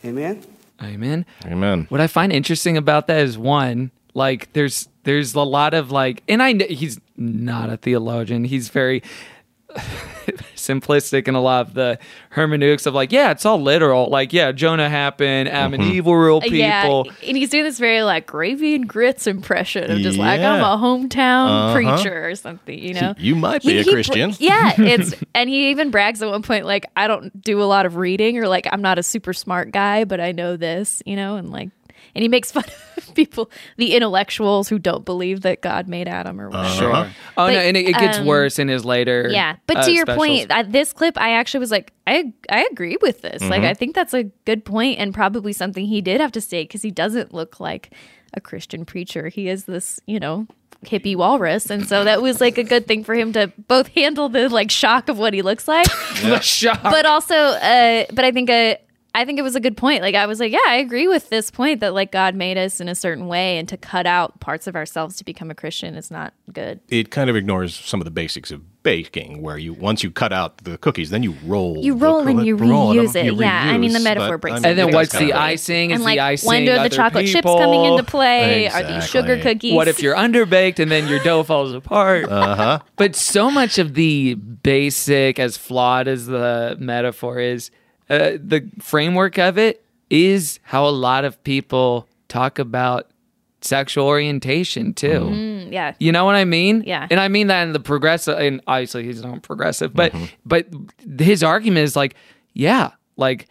I: Amen?
B: Amen.
E: Amen.
B: What I find interesting about that is one, like there's there's a lot of like, and I kn- he's not a theologian. He's very simplistic in a lot of the hermeneutics of like, yeah, it's all literal. Like, yeah, Jonah happened, I'm an evil real people.
D: Uh, Yeah, and he's doing this very like gravy and grits impression of just like I'm
E: Yeah.
D: a hometown
E: Uh-huh.
D: preacher or something, you know.
E: You might be
D: He-
E: a
D: he-
E: Christian.
D: yeah, it's and he even brags at one point like I don't do a lot of reading or like I'm not a super smart guy, but I know this, you know, and like and he makes fun of people, the intellectuals who don't believe that God made Adam or whatever.
B: Sure.
E: Uh-huh.
B: Oh
D: But,
B: no, and it, it gets
D: um,
B: worse in his later.
D: Yeah, but
B: uh,
D: to your
B: specials.
D: point, I, this clip, I actually was like, I I agree with this. Like,
B: Mm-hmm.
D: I think that's a good point and probably something he did have to say because he doesn't look like a Christian preacher. He is this, you know, hippie walrus, and so that was like a good thing for him to both handle the like shock of what he looks like,
B: the shock.
D: but also, uh, but I think uh, I think it was a good point. Like I was like, yeah, I agree with this point that like God made us in a certain way, and to cut out parts of ourselves to become a Christian is not good.
E: It kind of ignores some of the basics of baking, where you once you cut out the cookies, then you roll.
D: You
E: the
D: roll and
E: cook-
D: you
E: roll them,
D: reuse it.
E: you
D: Yeah, I mean, the
E: reuse,
D: metaphor
E: but,
D: breaks
E: I mean,
D: down.
B: and then
E: it's
B: what's
E: kinda
B: the
E: like-
B: icing? Is
D: and
B: the
D: like
B: icing
D: when do the
B: other
D: chocolate chips
B: people?
D: coming into play are these
E: Exactly.
D: sugar cookies
B: What if you're underbaked and then your dough falls apart?
E: Uh-huh.
B: But so much of the basic, as flawed as the metaphor is, uh, the framework of it is how a lot of people talk about sexual orientation too.
D: Mm, yeah
B: You know what I mean?
D: Yeah.
B: And I mean that in the progressive, and obviously he's not progressive, but but his argument is like, yeah, like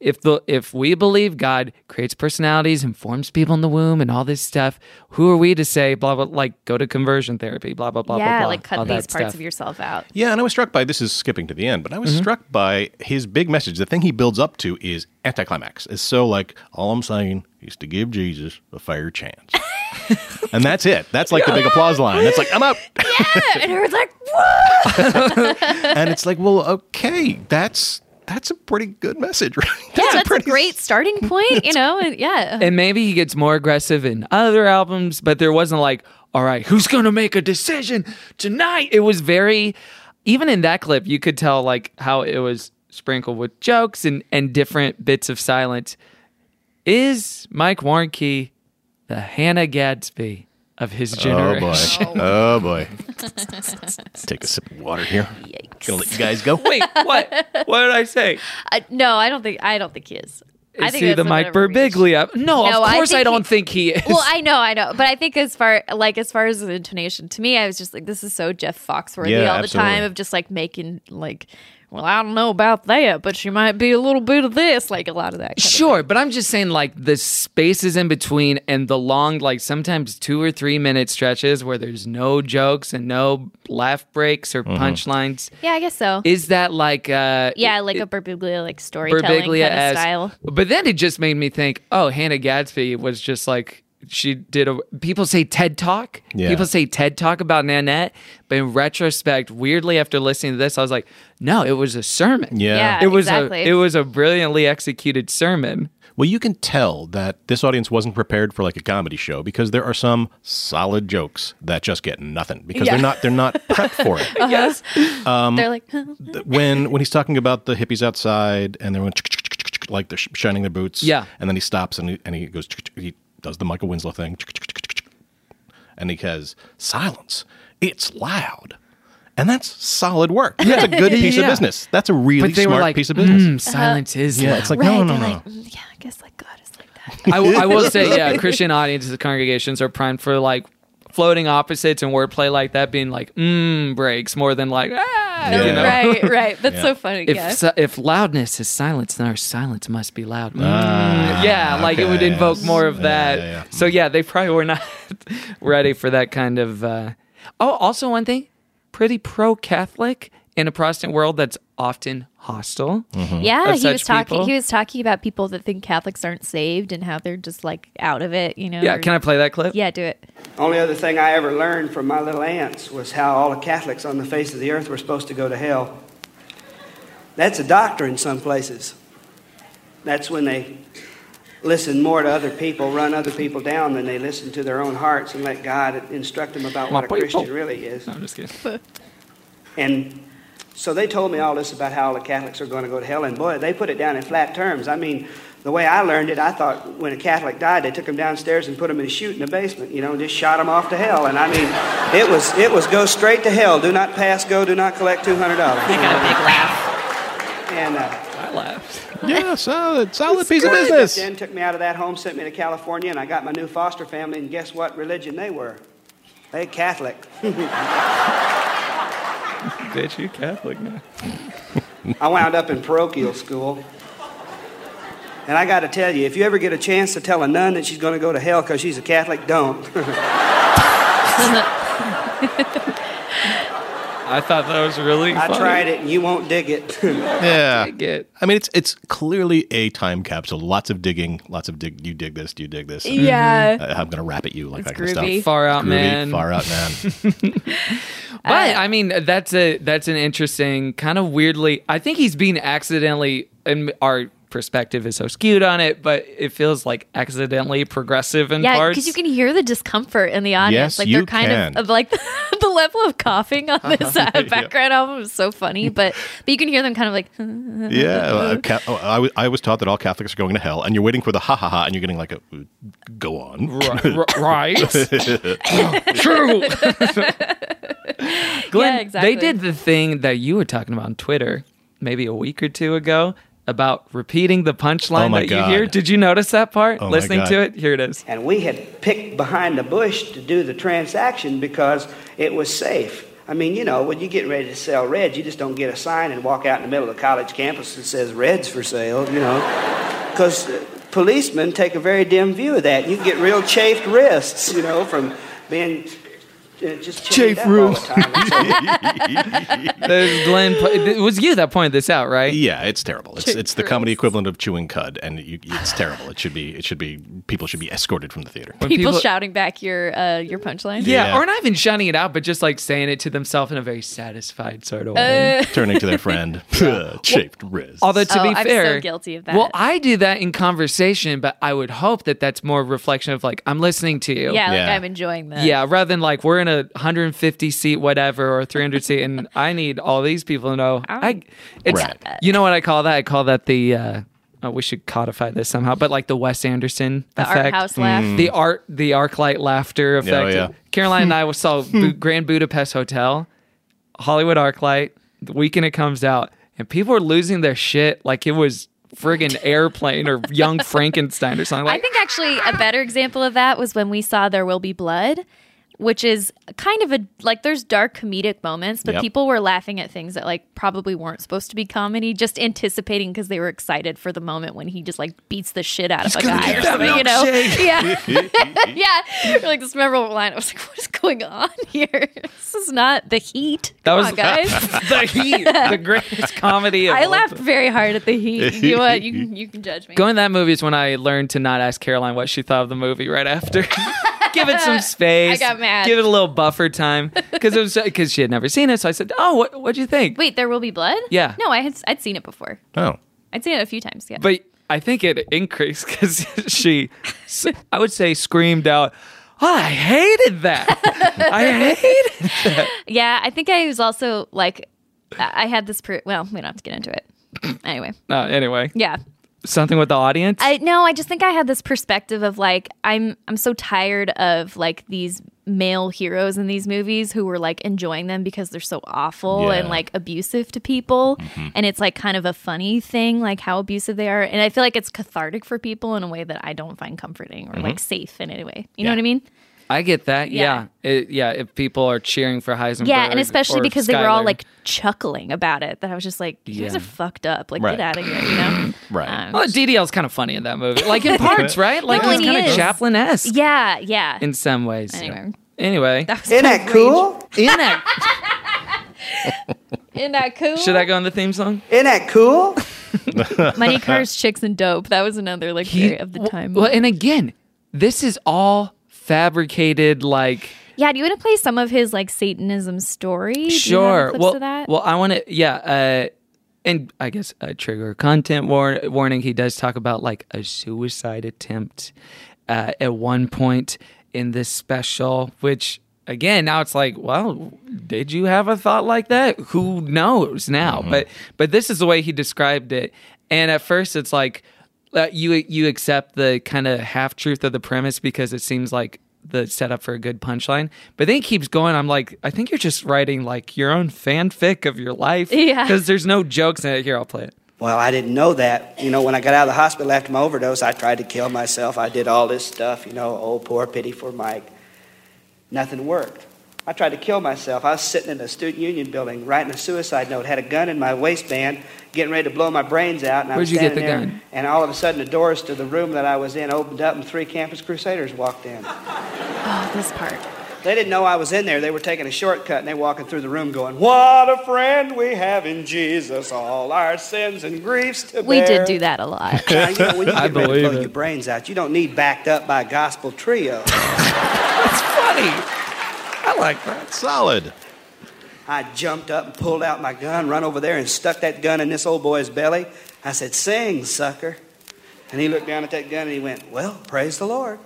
B: if the if we believe God creates personalities and forms people in the womb and all this stuff, who are we to say blah blah like go to conversion therapy, blah blah blah blah
D: yeah
B: blah.
D: like
B: all
D: cut
B: that
D: these parts
B: stuff.
D: of yourself out
E: Yeah, and I was struck by this is skipping to the end, but I was
B: Mm-hmm.
E: struck by his big message. The thing he builds up to is anticlimax. It's so like all I'm saying is to give Jesus a fair chance, and that's it. That's like the big applause line. That's like I'm out,
D: and it was like Whoa!
E: and it's like, well, okay, that's that's a pretty good message, right?
D: yeah that's a
E: pretty-
D: great starting point you know and yeah
B: And maybe he gets more aggressive in other albums, but there wasn't like, all right, who's going to make a decision tonight? It was very, even in that clip, you could tell like how it was sprinkled with jokes and, and different bits of silence. Is Mike Warnke the Hannah Gadsby of his
E: Oh
B: generation?
E: boy! Oh boy! Let's take a sip of water here. Gonna let you guys go.
B: Wait, what? What did I say?
D: I, Uh, no i don't think i don't think he is I
B: Is
D: think
B: he
D: that's
B: the
D: a bit
B: Mike
D: of a reach.
B: Birbiglia? of- No,
D: No,
B: of
D: I
B: course I,
D: think
B: don't
D: he-
B: think he is.
D: well, I know, I know, but I think as far like as far as the intonation, to me, I was just like, this is so Jeff Foxworthy
E: Yeah,
D: all
E: absolutely.
D: the time of just like making like, well, I don't know about that, but she might be a little bit of this, like a lot of that. kind of
B: Sure, but I'm just saying like the spaces in between and the long, like sometimes two or three minute stretches where there's no jokes and no laugh breaks or punchlines.
D: Yeah, I guess so.
B: Is that like uh
D: yeah, like a Birbiglia like storytelling kind
B: Birbiglia
D: of
B: as
D: style.
B: But then it just made me think, oh, Hannah Gadsby was just like she did a people say TED Talk.
E: Yeah.
B: People say TED Talk about Nanette, but in retrospect, weirdly after listening to this, I was like, no, it was a sermon.
D: Yeah.
B: It was
D: exactly.
B: a it was a brilliantly executed sermon.
E: Well, you can tell that this audience wasn't prepared for like a comedy show because there are some solid jokes that just get nothing because they're not they're not prepped for it.
B: Yes. um,
D: They're like, huh?
E: Th- when when he's talking about the hippies outside and they're going like they're sh- shining their boots,
B: Yeah.
E: and then he stops and he, and he goes he does the Michael Winslow thing, and he has silence. It's loud. And that's solid work. That's a good piece
B: Yeah.
E: of business. That's a really
B: but they
E: smart
B: were like,
E: piece of business.
B: "Mm, silence is
E: Yeah,
B: loud."
E: it's like
D: right.
E: no, no,
D: they're "Mm,
E: no.
D: like, yeah, I guess like God is like that.
B: I, w- I will say, yeah, Christian audiences and congregations are primed for like floating opposites and wordplay like that being like mm breaks more than like ah,
D: No,
B: you know?
D: Right, right. That's so funny.
B: If
D: yeah.
B: si- if loudness is silence, then our silence must be loud. Mm. yeah, like it would
E: Ah, okay,
B: invoke
E: yes.
B: more of
E: Yeah,
B: that.
E: yeah, yeah.
B: So yeah, they probably were not ready for that kind of. Uh... Oh, also one thing, pretty pro-Catholic in a Protestant world that's often hostile.
E: Mm.
D: yeah,
B: of
D: he
B: such
D: was talking.
B: people.
D: He was talking about people that think Catholics aren't saved and how they're just like out of it. You know.
B: Yeah,
D: or-
B: can I play that clip?
D: Yeah, do it.
I: Only other thing I ever learned from my little aunts was how all the Catholics on the face of the earth were supposed to go to hell. That's a doctrine some places. That's when they listen more to other people, run other people down than they listen to their own hearts and let God instruct them about
B: My
I: what a
B: people.
I: Christian really is.
B: No, I'm just kidding.
I: And so they told me all this about how all the Catholics are going to go to hell, and boy, they put it down in flat terms. I mean, the way I learned it, I thought when a Catholic died, they took him downstairs and put him in a chute in the basement, you know, and just shot him off to hell. And I mean, it was it was go straight to hell. Do not pass go. Do not collect two hundred dollars. I got a big laugh. And. Uh,
B: I laughed.
E: yeah, solid, solid piece of
I: my
E: business.
I: Then took me out of that home, sent me to California, and I got my new foster family. And guess what religion they were? They Catholic.
B: Bitch, you Catholic now.
I: I wound up in parochial school. And I got to tell you, if you ever get a chance to tell a nun that she's going to go to hell because she's a Catholic, don't.
B: Mm-hmm. I thought that was really.
I: I
B: funny.
I: tried it and you won't dig it.
E: Yeah.
B: Dig it.
E: I mean, it's it's clearly a time capsule. Lots of digging. Lots of dig. You dig this. You dig this.
D: Yeah.
E: I- I'm gonna rap at you like
D: It's
E: that kind of
D: groovy.
E: stuff.
B: Far out,
E: Groovy,
B: man.
E: Far out, man.
B: But
D: Uh,
B: I mean, that's a that's an interesting kind of weirdly. I think he's being accidentally, and our perspective is so skewed on it, but it feels like accidentally progressive in
D: Yeah,
B: parts.
D: because you can hear the discomfort in the audience.
E: Yes,
D: like
E: you
D: they're kind
E: can.
D: of of like the level of coughing on this uh, background album is so funny, but but you can hear them kind of like
E: yeah. well, ca- oh, I, was, I was taught that all Catholics are going to hell, and you're waiting for the ha ha ha, and you're getting like a go on.
B: R- r- right? True. Glenn,
D: Yeah, exactly.
B: they did the thing that you were talking about on Twitter maybe a week or two ago about repeating the punchline
E: Oh my
B: that you hear.
E: God.
B: Did you notice that part?
E: Oh my
B: Listening
E: God.
B: to it, here it is.
I: and we had picked behind the bush to do the transaction because it was safe. I mean, you know, when you get ready to sell Reds, you just don't get a sign and walk out in the middle of the college campus that says Reds for sale, you know, because policemen take a very dim view of that. You get real chafed wrists, you know, from being uh, just
B: Chafed
I: chafed up all the time. And so
B: There's Glenn. po- It was you that pointed this out, right?
E: Yeah, it's terrible. It's it's the comedy equivalent of chewing cud, and you, it's terrible. It should be it should be people should be escorted from the theater.
B: When
D: people, shouting back your uh, your punchline.
B: Yeah,
E: Yeah.
B: or not even shouting it out, but just like saying it to themselves in a very satisfied sort of way.
E: Turning to their friend, chafed wrist.
B: Although to
D: Uh, Oh,
B: be
D: I'm so
B: fair,
D: guilty of
B: Well,
D: that.
B: I do that in conversation, but I would hope that that's more a reflection of like I'm listening to you.
D: Yeah, like
E: Yeah.
D: I'm enjoying this.
B: Yeah, rather than like we're in a 150 seat whatever or 300 seat, and I need all these people to know.
D: Oh.
B: I, it's
E: Right.
B: you know what I call that? I call that the. uh oh, we should codify this somehow, but like the Wes Anderson
D: The
B: effect.
D: art house laugh.
B: the art the arc light laughter effect.
E: Hmm. yeah.
B: Caroline and I saw Bu- Grand Budapest Hotel, Hollywood arc light. The weekend it comes out, and people were losing their shit like it was friggin' airplane or Young Frankenstein or something.
D: I
B: Like,
D: think actually a better example of that was when we saw There Will Be Blood, which is kind of a like there's dark comedic moments, but
E: Yep.
D: people were laughing at things that like probably weren't supposed to be comedy, just anticipating because they were excited for the moment when he just like beats the shit out of a guy or something, you know? Yeah. yeah. We're like this memorable line. I was like, what is going on here? This is not the heat.
B: That
D: Come
B: was-
D: on, guys.
B: the heat, the greatest comedy. Of
D: I
B: all
D: laughed very hard at the heat. You know what? You can you can judge me.
B: Going to that movie is when I learned to not ask Caroline what she thought of the movie right after. give it some
D: I
B: space.
D: got mad.
B: Give it a little buffer time because it was because she had never seen it. So I said, "Oh, what what'd you think?"
D: Wait, there will be blood?
B: Yeah.
D: No, I had I'd seen it before.
E: oh,
D: I'd seen it a few times. Yeah.
B: But I think it increased because she, s- I would say, screamed out, oh, "I hated that! I hated." it."
D: yeah, I think I was also like, I I had this. Per- well, we don't have to get into it. Anyway,
B: Uh, anyway,
D: yeah.
B: something with the audience.
D: I no, I just think I had this perspective of like I'm I'm so tired of like these male heroes in these movies who were like enjoying them because they're so awful
E: Yeah.
D: and like abusive to people
B: Mm-hmm.
D: and it's like kind of a funny thing like how abusive they are and i feel like it's cathartic for people in a way that i don't find comforting or like safe in any way you know
B: Mm-hmm. Yeah.
D: what i mean
B: I get that.
D: Yeah.
B: Yeah. Yeah. It- yeah. If people are cheering for Heisenberg.
D: yeah and especially
B: or
D: because they were all
B: Skyler.
D: like chuckling about it that i was just like you guys
B: Yeah.
D: are fucked up like
B: Right.
D: get out of here you know Um,
E: Right.
B: Well, DDL's kind of funny in that movie. Like in parts, right? Like
D: No,
B: it's
D: he
B: kind of
D: is.
B: Chaplin esque
D: yeah yeah
B: in some ways.
D: Anyway.
B: Anyway.
I: Isn't that cool?
B: Isn't that-
D: isn't that cool
B: Should I go on the theme song?
I: Isn't that cool?
D: money cars chicks and dope that was another like theory of the time
B: Well, and again, this is all fabricated. Like,
D: Yeah, do you want to play some of his like Satanism story? Do you have
B: sure.
D: clips
B: well,
D: of that?
B: well, I want to. Yeah. Uh, and I guess a trigger content war- warning. He does talk about like a suicide attempt uh, at one point in this special, which again now it's like, well, did you have a thought like that? Who knows now? But but this is the way he described it. And at first, it's like uh, you you accept the kind of half truth of the premise because it seems like the setup for a good punchline. But then he keeps going. I'm like, I think you're just writing like your own fanfic of your life.
D: Yeah.
B: Because there's no jokes in it. Here, I'll play it.
I: Well, I didn't know that. You know, when I got out of the hospital after my overdose, I tried to kill myself. I did all this stuff, you know, oh, poor pity for Mike. Nothing worked. I tried to kill myself. I was sitting in a student union building writing a suicide note, had a gun in my waistband, getting ready to blow my brains out. And I was
B: Where'd you get
I: standing
B: the
I: there,
B: gun?
I: And all of a sudden, the doors to the room that I was in opened up, and three Campus Crusaders walked in.
D: oh, this part.
I: They didn't know I was in there. They were taking a shortcut and they walking through the room going, What a friend we have in Jesus, all our sins and griefs to
D: We
I: bear.
D: did do that a lot.
I: Now, you know, when you
B: I
I: get ready to
B: believe
I: blow
B: it.
I: your brains out, you don't need backed up by a gospel trio.
B: That's funny. I like that.
E: Solid.
I: I jumped up and pulled out my gun, run over there and stuck that gun in this old boy's belly. I said, Sing, sucker. And he looked down at that gun and he went, Well, praise the Lord.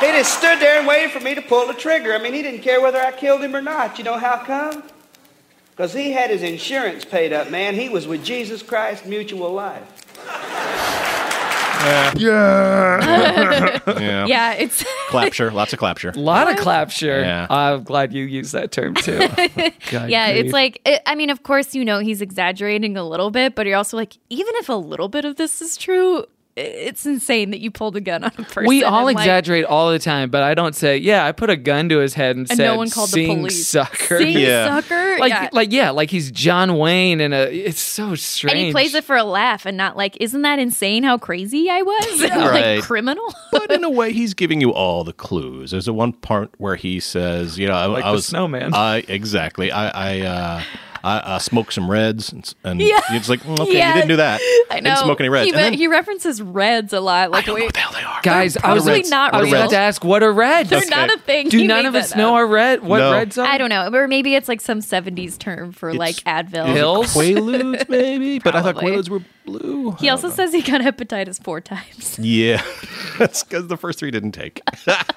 I: he just stood there and waited for me to pull the trigger. I mean, he didn't care whether I killed him or not. You know how come? Because he had his insurance paid up, man. He was with Jesus Christ Mutual Life.
E: Yeah.
D: Yeah, it's
E: Clapture. Lots of clapture.
B: A lot of clapture.
E: Yeah.
B: I'm glad you used that term too. God
D: yeah, it's
B: grief.
D: like it, I mean, of course, you know, he's exaggerating a little bit, but you're also like, even if a little bit of this is true, i- it's insane that you pulled a gun on a person.
B: we all
D: and, like,
B: exaggerate all the time, but I don't say, yeah, I put a gun to his head and,
D: And
B: said,
D: no one called the
B: "Sing,
D: police.
B: sucker.
D: Sing,
E: Yeah.
D: sucker.
B: Like,
D: yeah.
B: like, yeah, like he's John Wayne, and a, it's so strange.
D: and he plays it for a laugh and not like, isn't that insane how crazy I was?
E: Right.
D: like, criminal?
E: but in a way, he's giving you all the clues. There's a one part where he says, "You know, I,
B: Like
E: I
B: the
E: was
B: snowman.
E: I exactly. I I uh, I, I smoked some reds, and, s- and
D: Yeah.
E: it's like mm, okay,
D: Yeah.
E: you didn't do that.
D: I know.
E: Didn't smoke any reds.
D: He,
E: and
D: re-
E: then,
D: he references reds a lot. Like,
E: I don't know
D: wait,
E: what the hell they are,
B: Guys, I was,
D: probably
B: about-
D: not
B: I was
D: real.
B: about to ask, what are reds?
D: They're
E: Okay.
D: not a thing.
B: Do
D: He
B: none
D: made
B: of us
D: that
B: know
D: up.
B: our red? What
E: No.
B: reds are?
D: I don't know, or maybe it's like some '70s term for like Advil.
B: Hill?
E: It's Quaaludes, maybe. but I thought
D: Probably.
E: Quaaludes were blue.
D: He also says he got hepatitis four times.
E: Yeah, that's because the first three didn't take.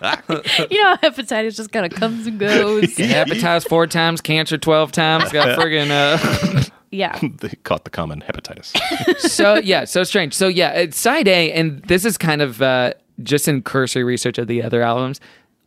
D: you know, how hepatitis just kind of comes and goes.
B: Hepatitis four times, cancer twelve times, got friggin' uh,
D: yeah,
E: they caught the common hepatitis.
B: so yeah, so strange. So yeah, it's side A, and this is kind of uh, just in cursory research of the other albums.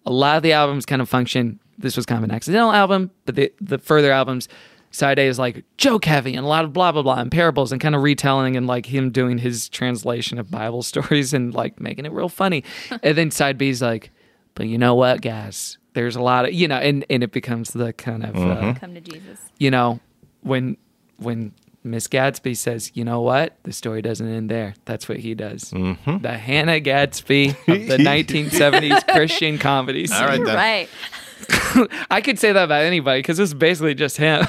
B: A lot of the albums kind of function. This was kind of an accidental album, but the the further albums, side A is like joke heavy and a lot of blah blah blah and parables and kind of retelling and like him doing his translation of Bible stories and like making it real funny. and then side B is like, but you know what, guys. There's a lot of you know, and, and it becomes the kind of uh,
D: come to Jesus.
B: you know, when when Miss Gadsby says, "You know what? The story doesn't end there." That's what he does.
E: Mm-hmm.
B: The Hannah Gadsby of the 1970s Christian comedy. scene.
E: right,
D: You're
E: then.
D: right.
B: I could say that about anybody because it's basically just him.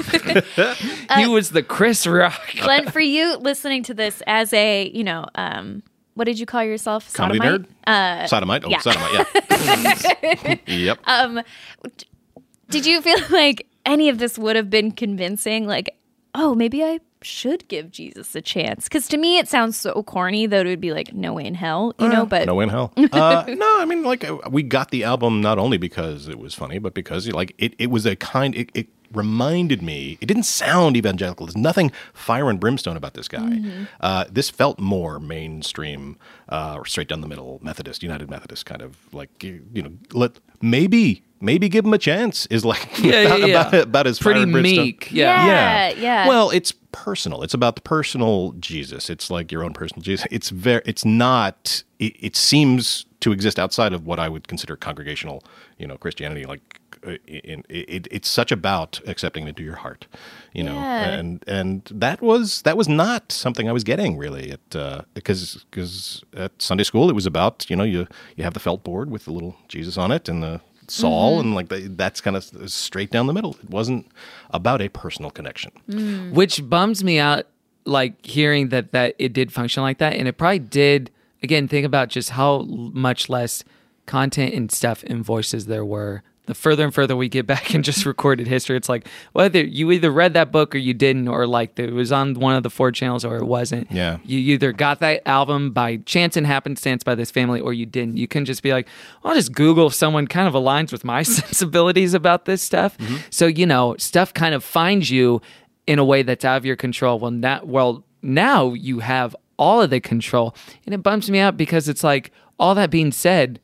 B: he was the Chris Rock.
E: Uh,
D: Glenn, for you listening to this as a, you know, um, what did you call yourself?
E: Comedy
D: Sodomite?
E: nerd. sodomite. Oh,
D: yeah.
E: sodomite. Yeah. yep.
D: Did you feel like any of this would have been convincing? Like, oh, maybe I should give Jesus a chance? Because to me, it sounds so corny that it would be like, no way in hell, you know? But
E: no in hell. Uh, no, I mean like uh, we got the album not only because it was funny, but because you know, like it, it was a kind it, it reminded me, it didn't sound evangelical. There's nothing fire and brimstone about this guy.
B: Mm-hmm.
J: Mhm.
E: Uh, this felt more mainstream uh, or straight down the middle Methodist, United Methodist kind of like, you you know, let maybe. Maybe give him a chance is like
B: Yeah,
E: about,
B: yeah, yeah.
E: About, about as fire
B: Pretty
E: and brimstone.
B: meek, yeah.
D: Yeah, yeah.
E: Well, it's personal. It's about the personal Jesus. It's like your own personal Jesus. It's very. It's not. It, it seems to exist outside of what I would consider congregational, you know, Christianity. Like, uh, in, it, it's such about accepting it to your heart, you know.
D: Yeah.
E: And and that was that was not something I was getting really at because because at Sunday school it was about you know you you have the felt board with the little Jesus on it and the Saul
B: Mhm.
E: and like the, that's kind of straight down the middle. It wasn't about a personal connection.
B: Mm. which bums me out like hearing that that it did function like that and it probably did again think about just how l- much less content and stuff and voices there were the further and further we get back in just recorded history it's like whether you either read that book or you didn't or like it was on one of the four channels or it wasn't
E: Yeah.
B: you either got that album by chance and happenstance by this family or you didn't you can just be like i'll just google if someone kind of aligns with my sensibilities about this stuff so you know stuff kind of finds you in a way that's out of your control well now, well now you have all of the control and it bumps me out because it's like all that being said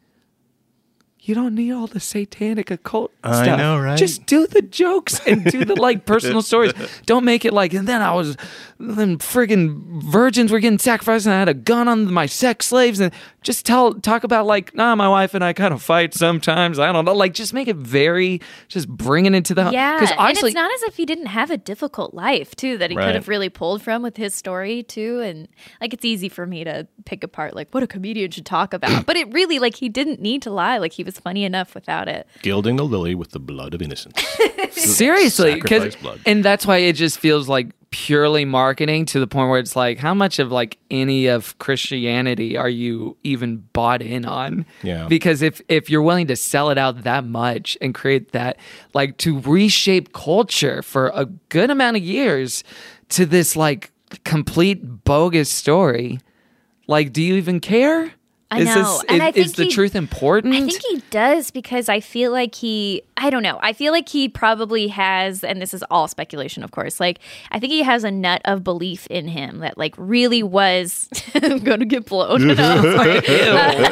B: you don't need all the satanic occult
E: I
B: stuff.
E: know, right?
B: Just do the jokes and do the like personal stories. Don't make it like, and then I was, then friggin' virgins were getting sacrificed, and I had a gun on my sex slaves, and just tell talk about like, nah, my wife and I kind of fight sometimes. I don't know, like just make it very, just bringing it to the
D: yeah,
B: Because Uh,
D: and
B: honestly,
D: it's not as if he didn't have a difficult life too that he
B: Right.
D: could have really pulled from with his story too, and like it's easy for me to pick apart like what a comedian should talk about, but it really like he didn't need to lie, like he was funny enough without it.
E: Gilding the lily with the blood of innocence.
B: seriously, because
E: Sacrifice blood.
B: and that's why it just feels like purely marketing to the point where it's like, how much of like any of Christianity are you even bought in on?
E: Yeah.
B: Because if if you're willing to sell it out that much and create that like to reshape culture for a good amount of years to this like complete bogus story, like do you even care?
D: I
B: is
D: know,
B: this,
D: and
B: is,
D: I
B: is
D: think
B: the
D: he-
B: truth important?
D: I think he does because I feel like he, I don't know. I feel like he probably has, and this is all speculation, of course. Like, I think he has a nut of belief in him that, like, really was going to get blown. No, I'm sorry.
J: on.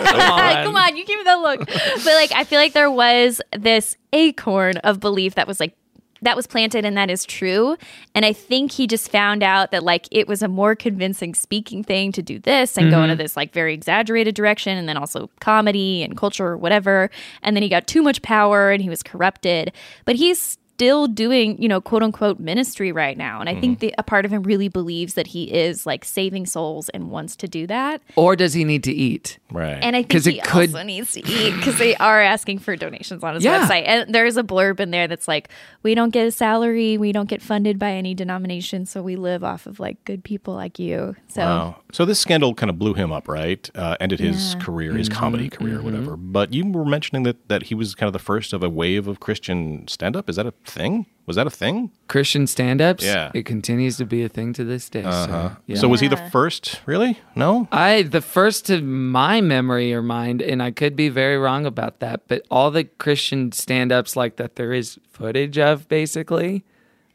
D: Come on, you give me that look. But, like, I feel like there was this acorn of belief that was, like, that was planted and that is true. And I think he just found out that like it was a more convincing speaking thing to do this and go
K: Mhm.
D: into this like very exaggerated direction and then also comedy and culture or whatever. And then he got too much power and he was corrupted. But he's still doing, you know, quote unquote ministry right now. And I think the, a part of him really believes that he is like saving souls and wants to do that.
B: or does he need to eat?
E: Right.
D: And I think
B: because
D: he
B: it could
D: also needs to eat because they are asking for donations on his
B: Yeah.
D: website. And there's a blurb in there that's like, we don't get a salary, we don't get funded by any denomination, so we live off of like good people like you. So
E: Wow. So this scandal kind of blew him up, right? Uh, ended his
D: Yeah.
E: career,
B: Mm-hmm.
E: his comedy career, whatever. But you were mentioning that that he was kind of the first of a wave of Christian stand up. Is that a thing? Was that a thing?
B: Christian stand-ups.
E: Yeah.
B: it continues to be a thing to this day.
E: Uh-huh.
B: So,
E: So was he the first? Really? No.
B: I the first to my memory or mind, and I could be very wrong about that. But all the Christian stand-ups like that, there is footage of basically,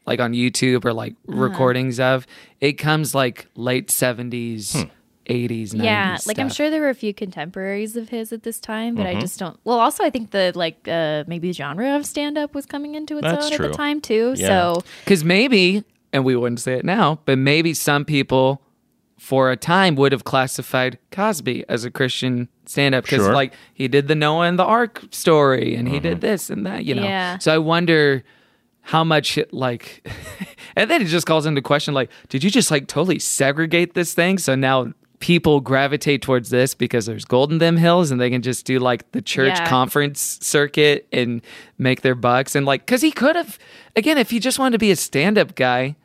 B: like on YouTube or like
D: Uh-huh.
B: recordings of. It comes like late
E: Hmm.
B: seventies, eighties,
D: yeah,
B: nineties.
D: like I'm sure there were a few contemporaries of his at this time, but
B: Mhm.
D: I just don't. Well, also I think the like uh, maybe genre of stand up was coming into its own at the time too. So
B: because maybe, and we wouldn't say it now, but maybe some people for a time would have classified Cosby as a Christian stand-up because,
E: Sure.
B: like, he did the Noah and the Ark story, and he did this and that, you know.
D: Yeah.
B: So I wonder how much it, like, and then it just calls into question, like, did you just like totally segregate this thing? So now. People gravitate towards this because there's gold in them hills, and they can just do like the church
D: Yeah.
B: conference circuit and make their bucks and like because he could have again if he just wanted to be a stand-up guy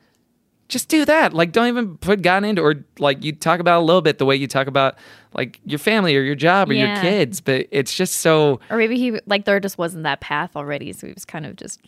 B: just do that like don't even put god into or like you talk about a little bit the way you talk about like your family or your job or your
D: Yeah.
B: kids but it's just so
D: or maybe he like there just wasn't that path already, so he was kind of just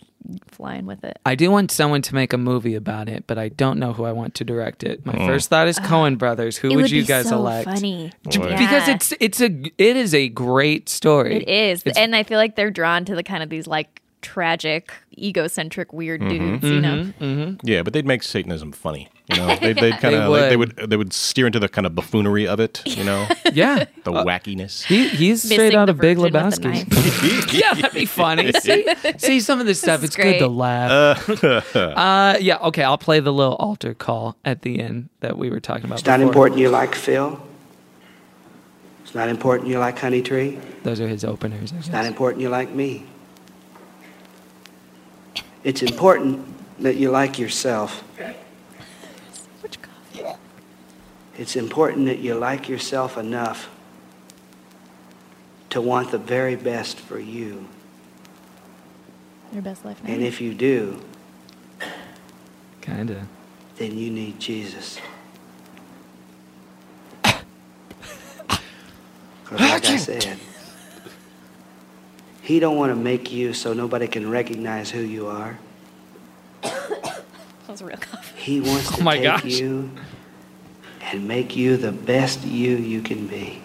D: flying with it.
B: i do want someone to make a movie about it but i don't know who i want to direct it my
E: Mm.
B: first thought is cohen brothers who
D: It
B: would,
D: would
B: you
D: be
B: guys
D: so
B: elect
D: funny.
B: J-
D: Right.
B: because
D: Yeah.
B: it's it's a it is a great story
D: It is.
B: It's-
D: and I feel like they're drawn to the kind of these like tragic, egocentric, weird
E: Mhm.
D: dudes, you know?
E: Yeah, but they'd make Satanism funny. You know, they'd,
D: Yeah.
E: they'd kind
B: They
E: of like, they
B: would.
E: would they would steer into the kind of buffoonery of it. You know,
B: Yeah.
E: the wackiness.
B: He, he's straight
D: Missing
B: out
D: the
B: of Big
D: virgin with the
B: Lebowski. yeah, that'd be funny. See, see some of this stuff.
D: This
B: it's
D: is
B: good to
D: great.
B: laugh. Uh, yeah. Okay, I'll play the little altar call at the end that we were talking about.
I: It's not
B: before.
I: important you like Phil. It's not important you like Honey Tree.
B: Those are his openers. I guess.
I: It's not important you like me. It's important that you like yourself.
D: Which God?
I: It's important that you like yourself enough to want the very best for you.
D: Their best life now.
I: And if you do,
B: Kinda.
I: then you need Jesus. 'Cause like I said, he don't want to make you so nobody can recognize who you are.
D: that was a real cough.
I: He wants to
B: Oh my
I: take
B: gosh.
I: you and make you the best you you can be.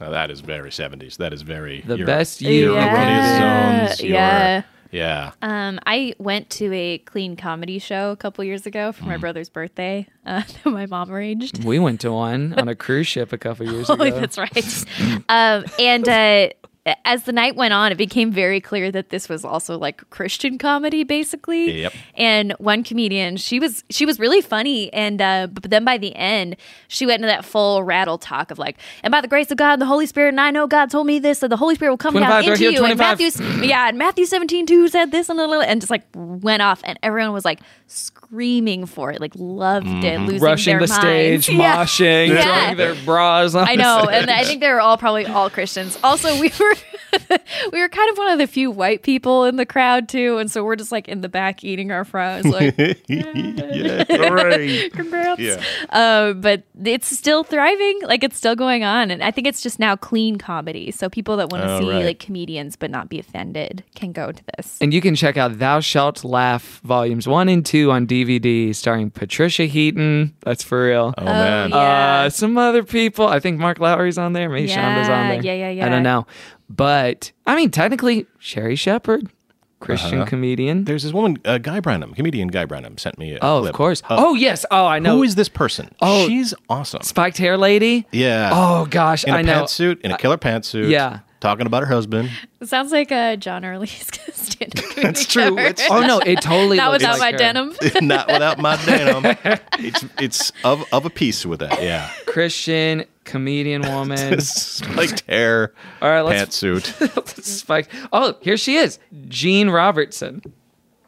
E: Now that is very seventies. That is very
B: The
E: your-
B: best
E: your
B: you.
E: erroneous
D: Yeah.
E: zones.
D: Yeah.
E: Your, yeah.
D: Um, I went to a clean comedy show a couple years ago for my brother's birthday uh, that my mom arranged.
B: We went to one on a cruise ship a couple years
D: Oh,
B: ago.
D: that's right. um, and uh, as the night went on, it became very clear that this was also like Christian comedy, basically.
E: Yep.
D: And one comedian, she was she was really funny, and uh, but then by the end, she went into that full rattle talk of like, and by the grace of God and the Holy Spirit, and I know God told me this, that the Holy Spirit will come down
B: 25 right
D: into
B: here,
D: you. And
B: 25.
D: Matthew, yeah, and Matthew seventeen two said this and blah, blah, blah, and just like went off, and everyone was like screaming for it, like loved it, losing
B: Mm-hmm. Rushing
D: their
B: the
D: minds.
B: stage,
D: Yeah.
B: moshing,
D: Yeah.
B: throwing their bras on.
D: I
B: the
D: know,
B: stage.
D: and I think they were all probably all Christians. Also, we were we were kind of one of the few white people in the crowd too, and so we're just like in the back eating our fries, like congrats.
B: Oh,
E: Yeah.
D: Uh, but it's still thriving, like it's still going on, and I think it's just now clean comedy. So people that want to
E: Oh,
D: see
E: right.
D: like comedians but not be offended can go to this.
B: And you can check out Thou Shalt Laugh Volumes 1 and 2 on DVD, starring Patricia Heaton. That's for real.
E: Oh man.
D: yeah.
B: Uh, some other people. I think Mark Lowry's on there. Maybe Shonda's on
D: Yeah,
B: there.
D: yeah, yeah,
B: I
D: yeah.
B: don't know. But, I mean, technically, Sherry Shepard, Christian comedian.
E: There's this woman, uh, Guy Branum, comedian Guy Branum, sent me a
B: Oh,
E: clip
B: of course.
E: of-
B: oh, yes. Oh, I know.
E: Who is this person?
B: Oh.
E: she's awesome.
B: Spiked Hair Lady?
E: Yeah.
B: Oh, gosh.
E: in a
B: I know.
E: pantsuit, in a killer pantsuit.
B: yeah.
E: Talking about her husband.
D: sounds like uh, John Early's stand up. That's
E: true. It's-
B: Oh, no. It totally
D: Not
B: looks
D: without my
B: like her.
D: denim.
E: Not without my denim. It's it's of of a piece with that. Yeah.
B: Christian comedian woman.
E: Spiked hair.
B: All right, let's-
E: pantsuit.
B: Spike. Oh, here she is. Jean Robertson.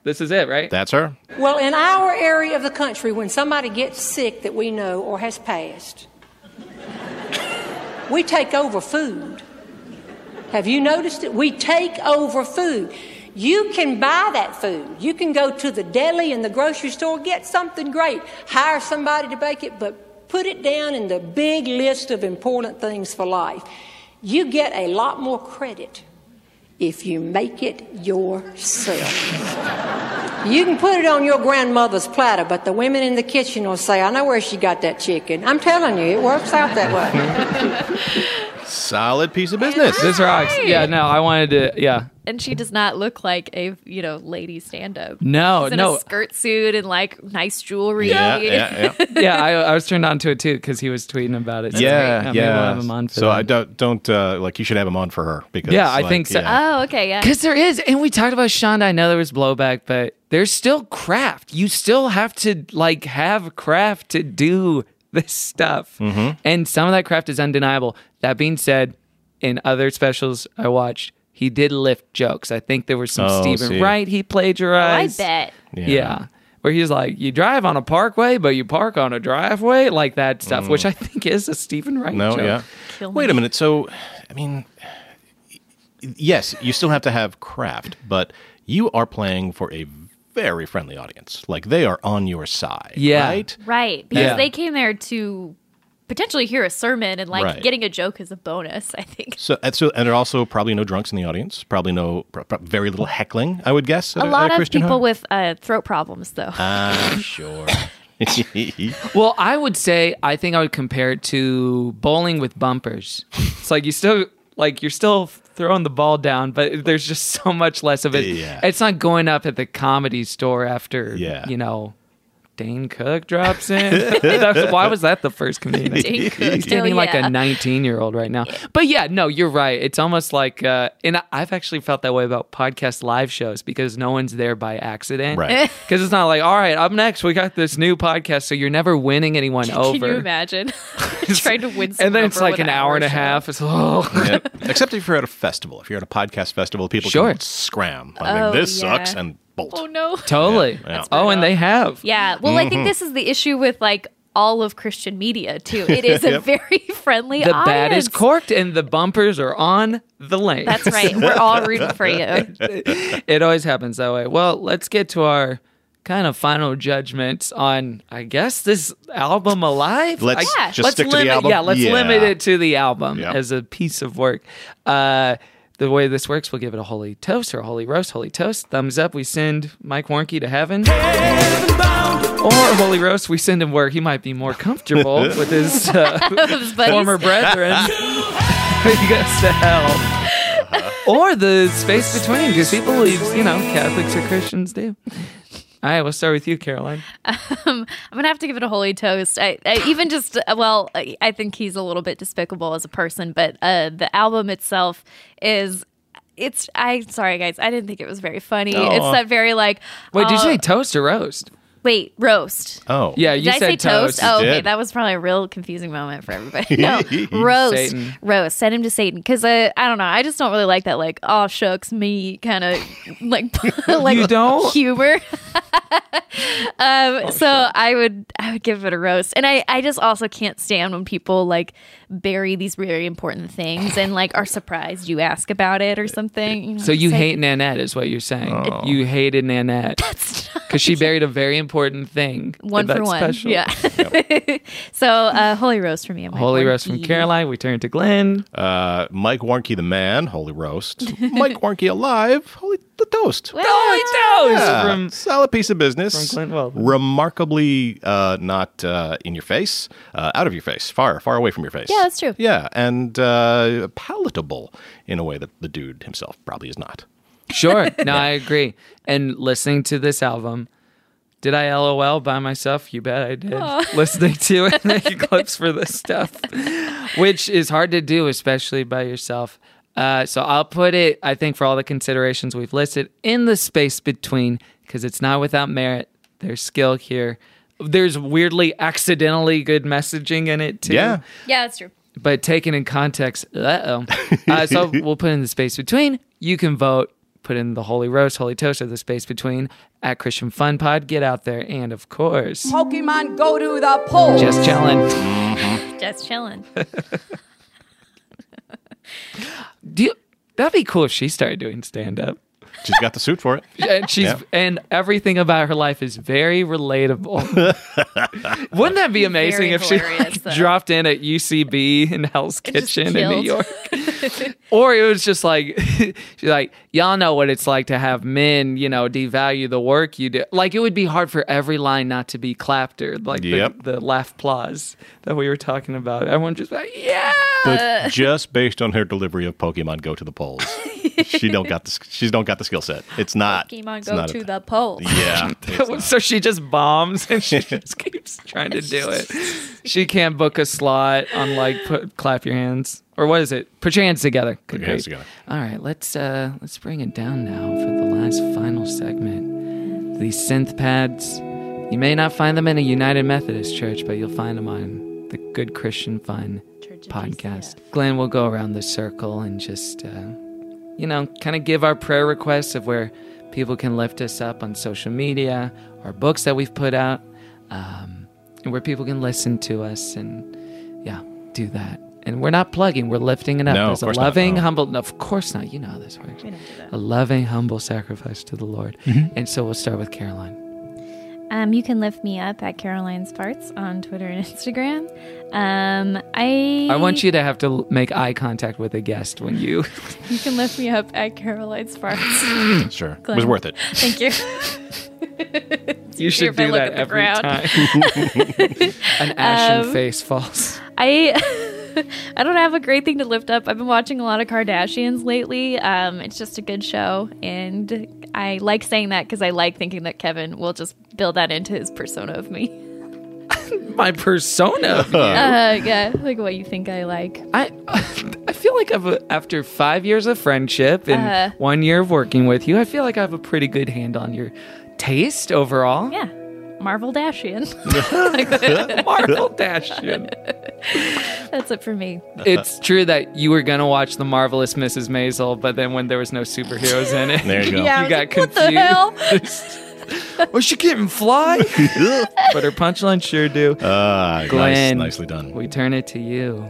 B: This is it, right?
E: That's her.
J: Well, in our area of the country, when somebody gets sick that we know or has passed, we take over food. Have you noticed it? We take over food. You can buy that food. You can go to the deli and the grocery store, get something great, hire somebody to bake it, but put it down in the big list of important things for life. You get a lot more credit if you make it yourself. You can put it on your grandmother's platter, but the women in the kitchen will say, I know where she got that chicken. I'm telling you, it works out that way.
E: Solid piece of business.
B: This rocks. Yeah, no, I wanted to. Yeah.
D: and she does not look like a you know lady stand up.
B: No,
D: She's in
B: no.
D: a skirt suit and like nice jewelry.
E: Yeah, yeah, yeah.
B: Yeah, I, I was turned on to it too because he was tweeting about it. So,
E: yeah,
B: maybe
E: yeah.
B: we'll have him on for
E: so
B: that.
E: I don't don't uh, like you should have him on for her because
B: Yeah, I
E: like,
B: think so.
E: yeah.
D: Oh, okay, yeah.
B: Because there is, and we talked about Shonda. I know there was blowback, but there's still craft. You still have to like have craft to do this stuff,
E: Mm-hmm.
B: and some of that craft is undeniable. That being said, in other specials I watched, he did lift jokes. I think there was some
E: Oh,
B: Stephen
E: see.
B: Wright he
D: Oh, I
B: plagiarized.
D: bet.
B: Yeah. Where he's like, you drive on a parkway, but you park on a driveway, like that stuff, which I think is a Stephen Wright
E: Mm. No,
B: joke.
E: yeah.
D: Kill
E: Wait
D: me.
E: a minute. So, I mean, yes, you still have to have craft, but you are playing for a very friendly audience. Like they are on your side,
B: Yeah.
E: right?
D: Right, because
B: Yeah.
D: they came there to potentially hear a sermon and like
E: Right.
D: getting a joke is a bonus. I think
E: So, and so, and there are also probably no drunks in the audience. Probably no, pro- pro- very little heckling. I would guess. at
D: a lot
E: at
D: of
E: Christian
D: people
E: home.
D: with uh, throat problems though.
B: Uh,
E: Ah, sure.
B: Well, I would say I think I would compare it to bowling with bumpers. It's like you still like you're still throwing the ball down, but there's just so much less of it.
E: Yeah.
B: It's not going up at the comedy store after,
E: Yeah.
B: you know, Dane Cook drops in. That's- why was that the first comedian?
E: Dane Cook.
B: He's standing
E: Oh,
B: like
E: yeah.
B: a 19 year old right now. But yeah, no, you're right. It's almost like, uh, and I- I've actually felt that way about podcast live shows because no one's there by accident.
D: Right.
B: Because it's not like, all right, up next, we got this new podcast. So you're never winning anyone over.
D: Can you imagine trying to win?
B: and then it's like an hour
D: hour
B: and a half. It's oh,
E: Yeah. Except if you're at a festival. If you're at a podcast festival, people can scram. by being,
D: Oh,
E: this
D: yeah.
E: sucks and bolt.
D: Oh no.
B: Totally. Oh, and they have.
D: Yeah. Well, I think
B: Mhm.
D: this is the issue with like all of Christian media too. It is a
B: Yep.
D: very friendly
B: The
D: audience.
B: bat is corked and the bumpers are on the lane.
D: That's right. We're all rooting for you.
B: it always happens that way. Well, let's get to our kind of final judgments on, I guess, this album alive.
E: Let's
B: I-
E: Yeah. just stick to the
B: limit,
E: album.
B: Yeah, let's
E: Yeah.
B: limit it to the album as a piece of work. Uh, the way this works, we'll give it a holy toast or a holy roast, holy toast, thumbs up. We send Mike Warnke to heaven. Or holy roast, we send him where he might be more comfortable with his uh,
D: His buddies.
B: former brethren. he goes to hell or the space between, because people believe, you know, Catholics or Christians do. All right, we'll start with you, Caroline.
D: Um, I'm gonna have to give it a holy toast. I, I even just uh, well, I I think he's a little bit despicable as a person, but uh, the album itself is. It's I sorry guys, I didn't think it was very funny.
B: Oh.
D: It's that very like
B: Wait, did you
D: uh,
B: say toast or roast?
D: wait roast?
E: Oh,
B: yeah, Uh, you
D: did I
B: said
D: say toast?
B: You
D: Oh, okay,
B: did.
D: that was probably a real confusing moment for everybody. No, roast,
B: Satan.
D: roast. Send him to Satan because I, I don't know. I just don't really like that like oh shucks me kind of like like
B: You don't? Oh,
D: humor. um, so I would I would give it a roast, and I I just also can't stand when people like bury these really important things and like are surprised you ask about it or something. know,
B: So you
D: it's like-
B: hate Nanette, is what you're saying.
D: Oh.
B: You hated Nanette because she buried a very important thing.
D: one for
B: that's
D: one.
B: special.
D: Yeah. so uh, holy roast for me. and my
B: Holy
D: corn
B: roast from
D: tea.
B: Caroline. We turn to Glenn.
E: Uh, Mike Warnke, the man, holy roast. Mike Warnke alive, holy the toast.
D: Holy
B: toast
E: Yeah,
B: from
E: solid piece of business.
B: from Clint Weldon.
E: Remarkably uh, not uh, in your face, uh, out of your face, far, far away from your face.
D: Yeah, that's true.
E: Yeah, and uh, palatable in a way that the dude himself probably is not.
B: Sure. No, I agree. And listening to this album, did I LOL by myself? You bet I did.
D: Aw.
B: Listening to it, making clips for this stuff, which is hard to do, especially by yourself. Uh, so I'll put it, I think, for all the considerations we've listed, in the space between, because it's not without merit. There's skill here. There's weirdly accidentally good messaging in it, too
E: Yeah.
D: Yeah, that's true.
B: but taken in context, uh-oh. uh, so we'll put in the space between. You can vote, put in the Holy Roast, Holy Toast, or the space between at Christian Fun Pod. Get out there, and of course,
K: Pokemon go to the polls.
B: just chilling.
D: Just chilling.
B: Do you, that'd be cool if she started doing stand up.
E: She's got the suit for it.
D: Uh.
B: And she's
E: Yeah.
B: and everything about her life is very relatable. Wouldn't that be amazing if she
D: hilarious,
B: like,
D: though.
B: dropped in at UCB in Hell's Kitchen in New
D: chilled.
B: York? or it was just like she's like y'all know what it's like to have men you know devalue the work you do like it would be hard for every line not to be clapped or like
E: Yep.
B: the, the laugh applause that we were talking about everyone just like yeah
E: But just based on her delivery of Pokemon Go to the polls, she don't got the she don't got the skill set. It's not
D: Pokemon
E: it's
D: go
E: not a
D: to
E: thing.
D: the polls.
E: Yeah, it's not.
B: so she just bombs and she just keeps trying to do it she can't book a slot on like put, clap your hands or what is it put your hands together
E: Put your hands together.
B: all right let's uh let's bring it down now for the last final segment these synth pads you may not find them in a united methodist church but you'll find them on the good christian fun podcast glenn will go around the circle and just uh, you know kind of give our prayer requests of where people can lift us up on social media our books that we've put out um, and where people can listen to us and yeah do that and we're not plugging we're lifting it up
E: No, of
B: as a
E: course not,
B: loving
E: no.
B: humble no, of course not you know how this works a loving humble sacrifice to the lord
E: Mm-hmm.
B: and so we'll start with caroline
D: Um, you can lift me up at Caroline's Farts on Twitter and Instagram. Um, I
B: i want you to have to l- make eye contact with a guest when you
D: You can lift me up at Caroline's Farts.
E: Sure. It
D: Glenn.
E: was worth it.
D: Thank you. It's
B: you
D: easier if
B: should
D: I
B: do
D: look
B: that
D: at the
B: every
D: ground.
B: time an ashen
D: Um,
B: face falls
D: I I don't have a great thing to lift up. I've been watching a lot of Kardashians lately. Um, it's just a good show, and I like saying that because I like thinking that Kevin will just build that into his persona of me.
B: My persona. of you.
D: Uh, yeah, like what you think I like.
B: I I feel like I've a, after five years of friendship and
D: Uh-huh.
B: one year of working with you, I feel like I have a pretty good hand on your taste overall.
D: Yeah, Marvel Dashian.
B: Marvel Dashian.
D: That's it for me.
B: It's true that you were gonna watch the marvelous Mrs. Maisel, but then when there was no superheroes in it,
E: There you go.
D: Yeah, I
B: you
D: was
B: got
D: like, what
B: confused.
D: the hell?
B: oh, she can't fly, but her punchline sure do.
E: Uh,
B: Glenn,
E: nice, nicely done.
B: We turn it to you.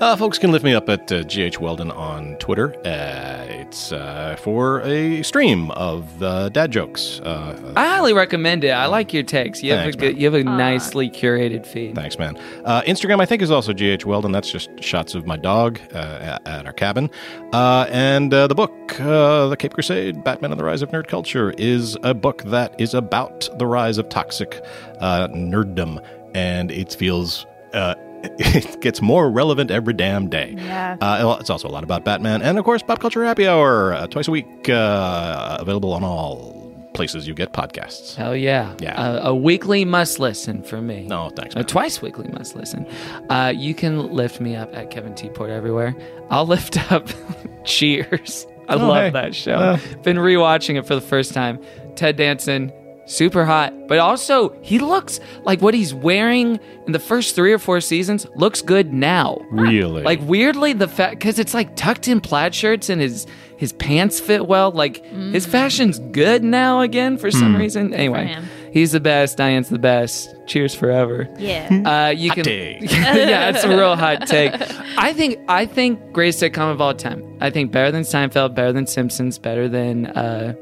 E: Uh, folks can lift me up at uh, GH Weldon on Twitter. Uh, it's uh, for a stream of uh, dad jokes. Uh,
B: I highly recommend it. I like your takes. You have
E: Thanks,
B: a good, you have a nicely curated feed.
E: Thanks, man. Uh, Instagram, I think, is also GH Weldon. That's just shots of my dog uh, at, at our cabin. Uh, and uh, the book, uh, The Cape Crusade Batman and the Rise of Nerd Culture, is a book that is about the rise of toxic uh, nerddom. And it feels. Uh, it gets more relevant every damn day.
D: Yeah.
E: Uh, well, it's also a lot about Batman. And of course, Pop Culture Happy Hour, uh, twice a week, uh, available on all places you get podcasts.
B: Hell yeah.
E: Yeah.
B: A, a weekly must listen for me.
E: No, Oh, thanks.
B: A twice weekly must listen. Uh, you can lift me up at Kevin T. Porter everywhere. I'll lift up Cheers. I
E: Oh,
B: love
E: hey.
B: that show.
E: Yeah.
B: Been rewatching it for the first time. Ted Danson, super hot, but also he looks like what he's wearing in the first three or four seasons looks good now.
E: Really?
B: Like weirdly, the fact because it's like tucked in plaid shirts and his his pants fit well. Like his fashion's good now again for some reason. Anyway,
D: Mm. him.
B: he's the best. Diane's the best. Cheers forever.
D: Yeah.
B: Uh, you can. yeah, it's a real hot take. I think I think greatest sitcom of all time. I think better than Seinfeld, better than Simpsons, better than uh,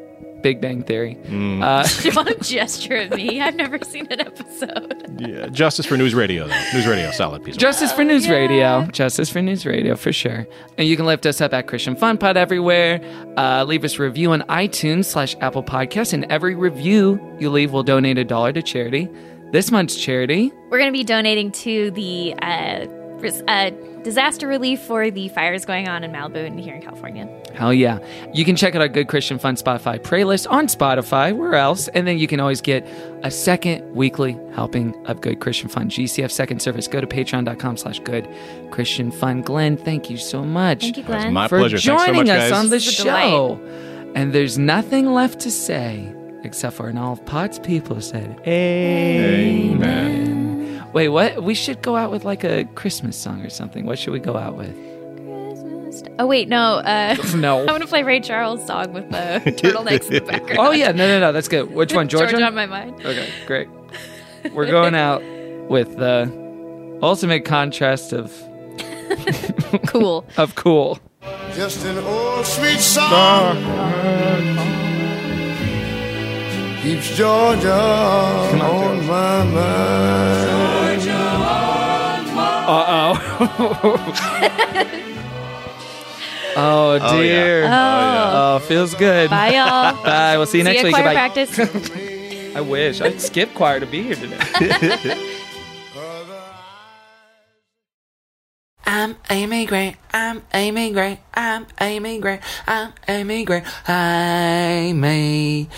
B: Big Bang Theory. Uh,
D: Do you want to gesture at me? I've never seen an episode.
E: Yeah, Justice for News Radio, though. News Radio, solid piece of
B: Justice
D: Oh,
B: for News Radio. Justice for News Radio, for sure. And you can lift us up at Christian Fun Pod everywhere. Uh, leave us a review on iTunes slash Apple Podcasts. And every review you leave will donate a dollar to charity. This month's charity,
D: We're going to be donating to the uh, res- uh, disaster relief for the fires going on in Malibu and here in California.
B: hell yeah. You can check out our Good Christian Fun Spotify playlist on Spotify, where else? And then you can always get a second weekly helping of Good Christian Fun, GCF Second Service. Go to patreon.com slash Good Christian Fun. Glenn, thank you so much.
D: Thank you,
E: was
D: Glenn.
E: my-
B: for
E: pleasure. Thanks so
B: joining
E: much,
B: us
E: guys.
B: on the
D: This was a delight.
B: show. And there's nothing left to say except for an all of Potts people said, Amen. Wait, what? We should go out with like a Christmas song or something. What should we go out with?
D: oh, wait, no. Uh,
B: Oh, No.
D: I want to play Ray Charles' song with the turtlenecks in the background.
B: Oh, yeah. No, no, no. That's good. Which one? Oh, Georgia?
D: Georgia on my mind.
B: okay, great. We're going out with the ultimate contrast of,
D: Cool.
B: of cool.
C: Just an old sweet song keeps Georgia on,
D: Oh,
C: my mind.
B: Uh oh. oh, dear.
D: Oh.
B: Oh, feels good.
D: Bye, y'all.
B: Bye. We'll see you next
D: See ya,
B: week.
D: choir
B: Goodbye.
D: practice.
B: I wish. I skipped choir to be here today.
L: I'm Amy Gray. I'm Amy Gray. I'm Amy Gray. I'm Amy Gray. Amy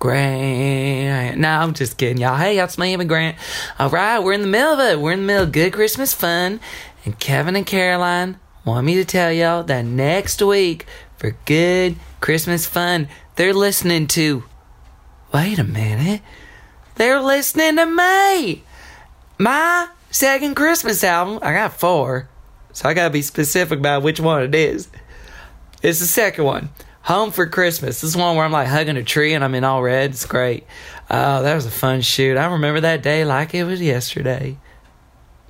L: Gray. No, I'm just kidding, y'all. Hey, y'all, it's me, Amy Grant. All right, we're in the middle of it. We're in the middle of good Christmas fun. And Kevin and Caroline want me to tell y'all that next week for good Christmas fun, they're listening to. Wait a minute. They're listening to me. My second Christmas album. I got four. So I gotta be specific about which one it is. It's the second one. Home for Christmas. This is one where I'm like hugging a tree and I'm in all red. It's great. Oh, that was a fun shoot. I remember that day like it was yesterday.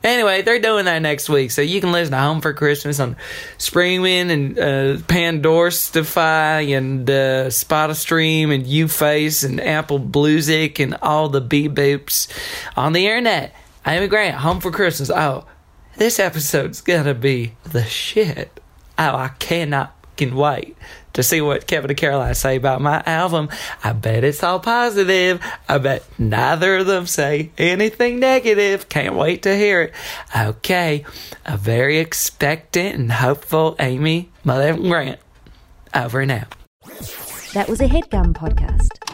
L: Anyway, they're doing that next week, so you can listen to Home for Christmas on Springwind and uh, Pandorstify and uh, Spotta Stream and UFace and Apple Bluesic and all the beep boops on the internet. Amy Grant, Home for Christmas. Oh, this episode's gonna be the shit. Oh, I cannot fucking wait.
B: to see what Kevin and Caroline say about my album. I bet it's all positive. I bet neither of them say anything negative. Can't wait to hear it. Okay, a very expectant and hopeful Amy Mother Grant. Over and out.
A: That was a headgum podcast.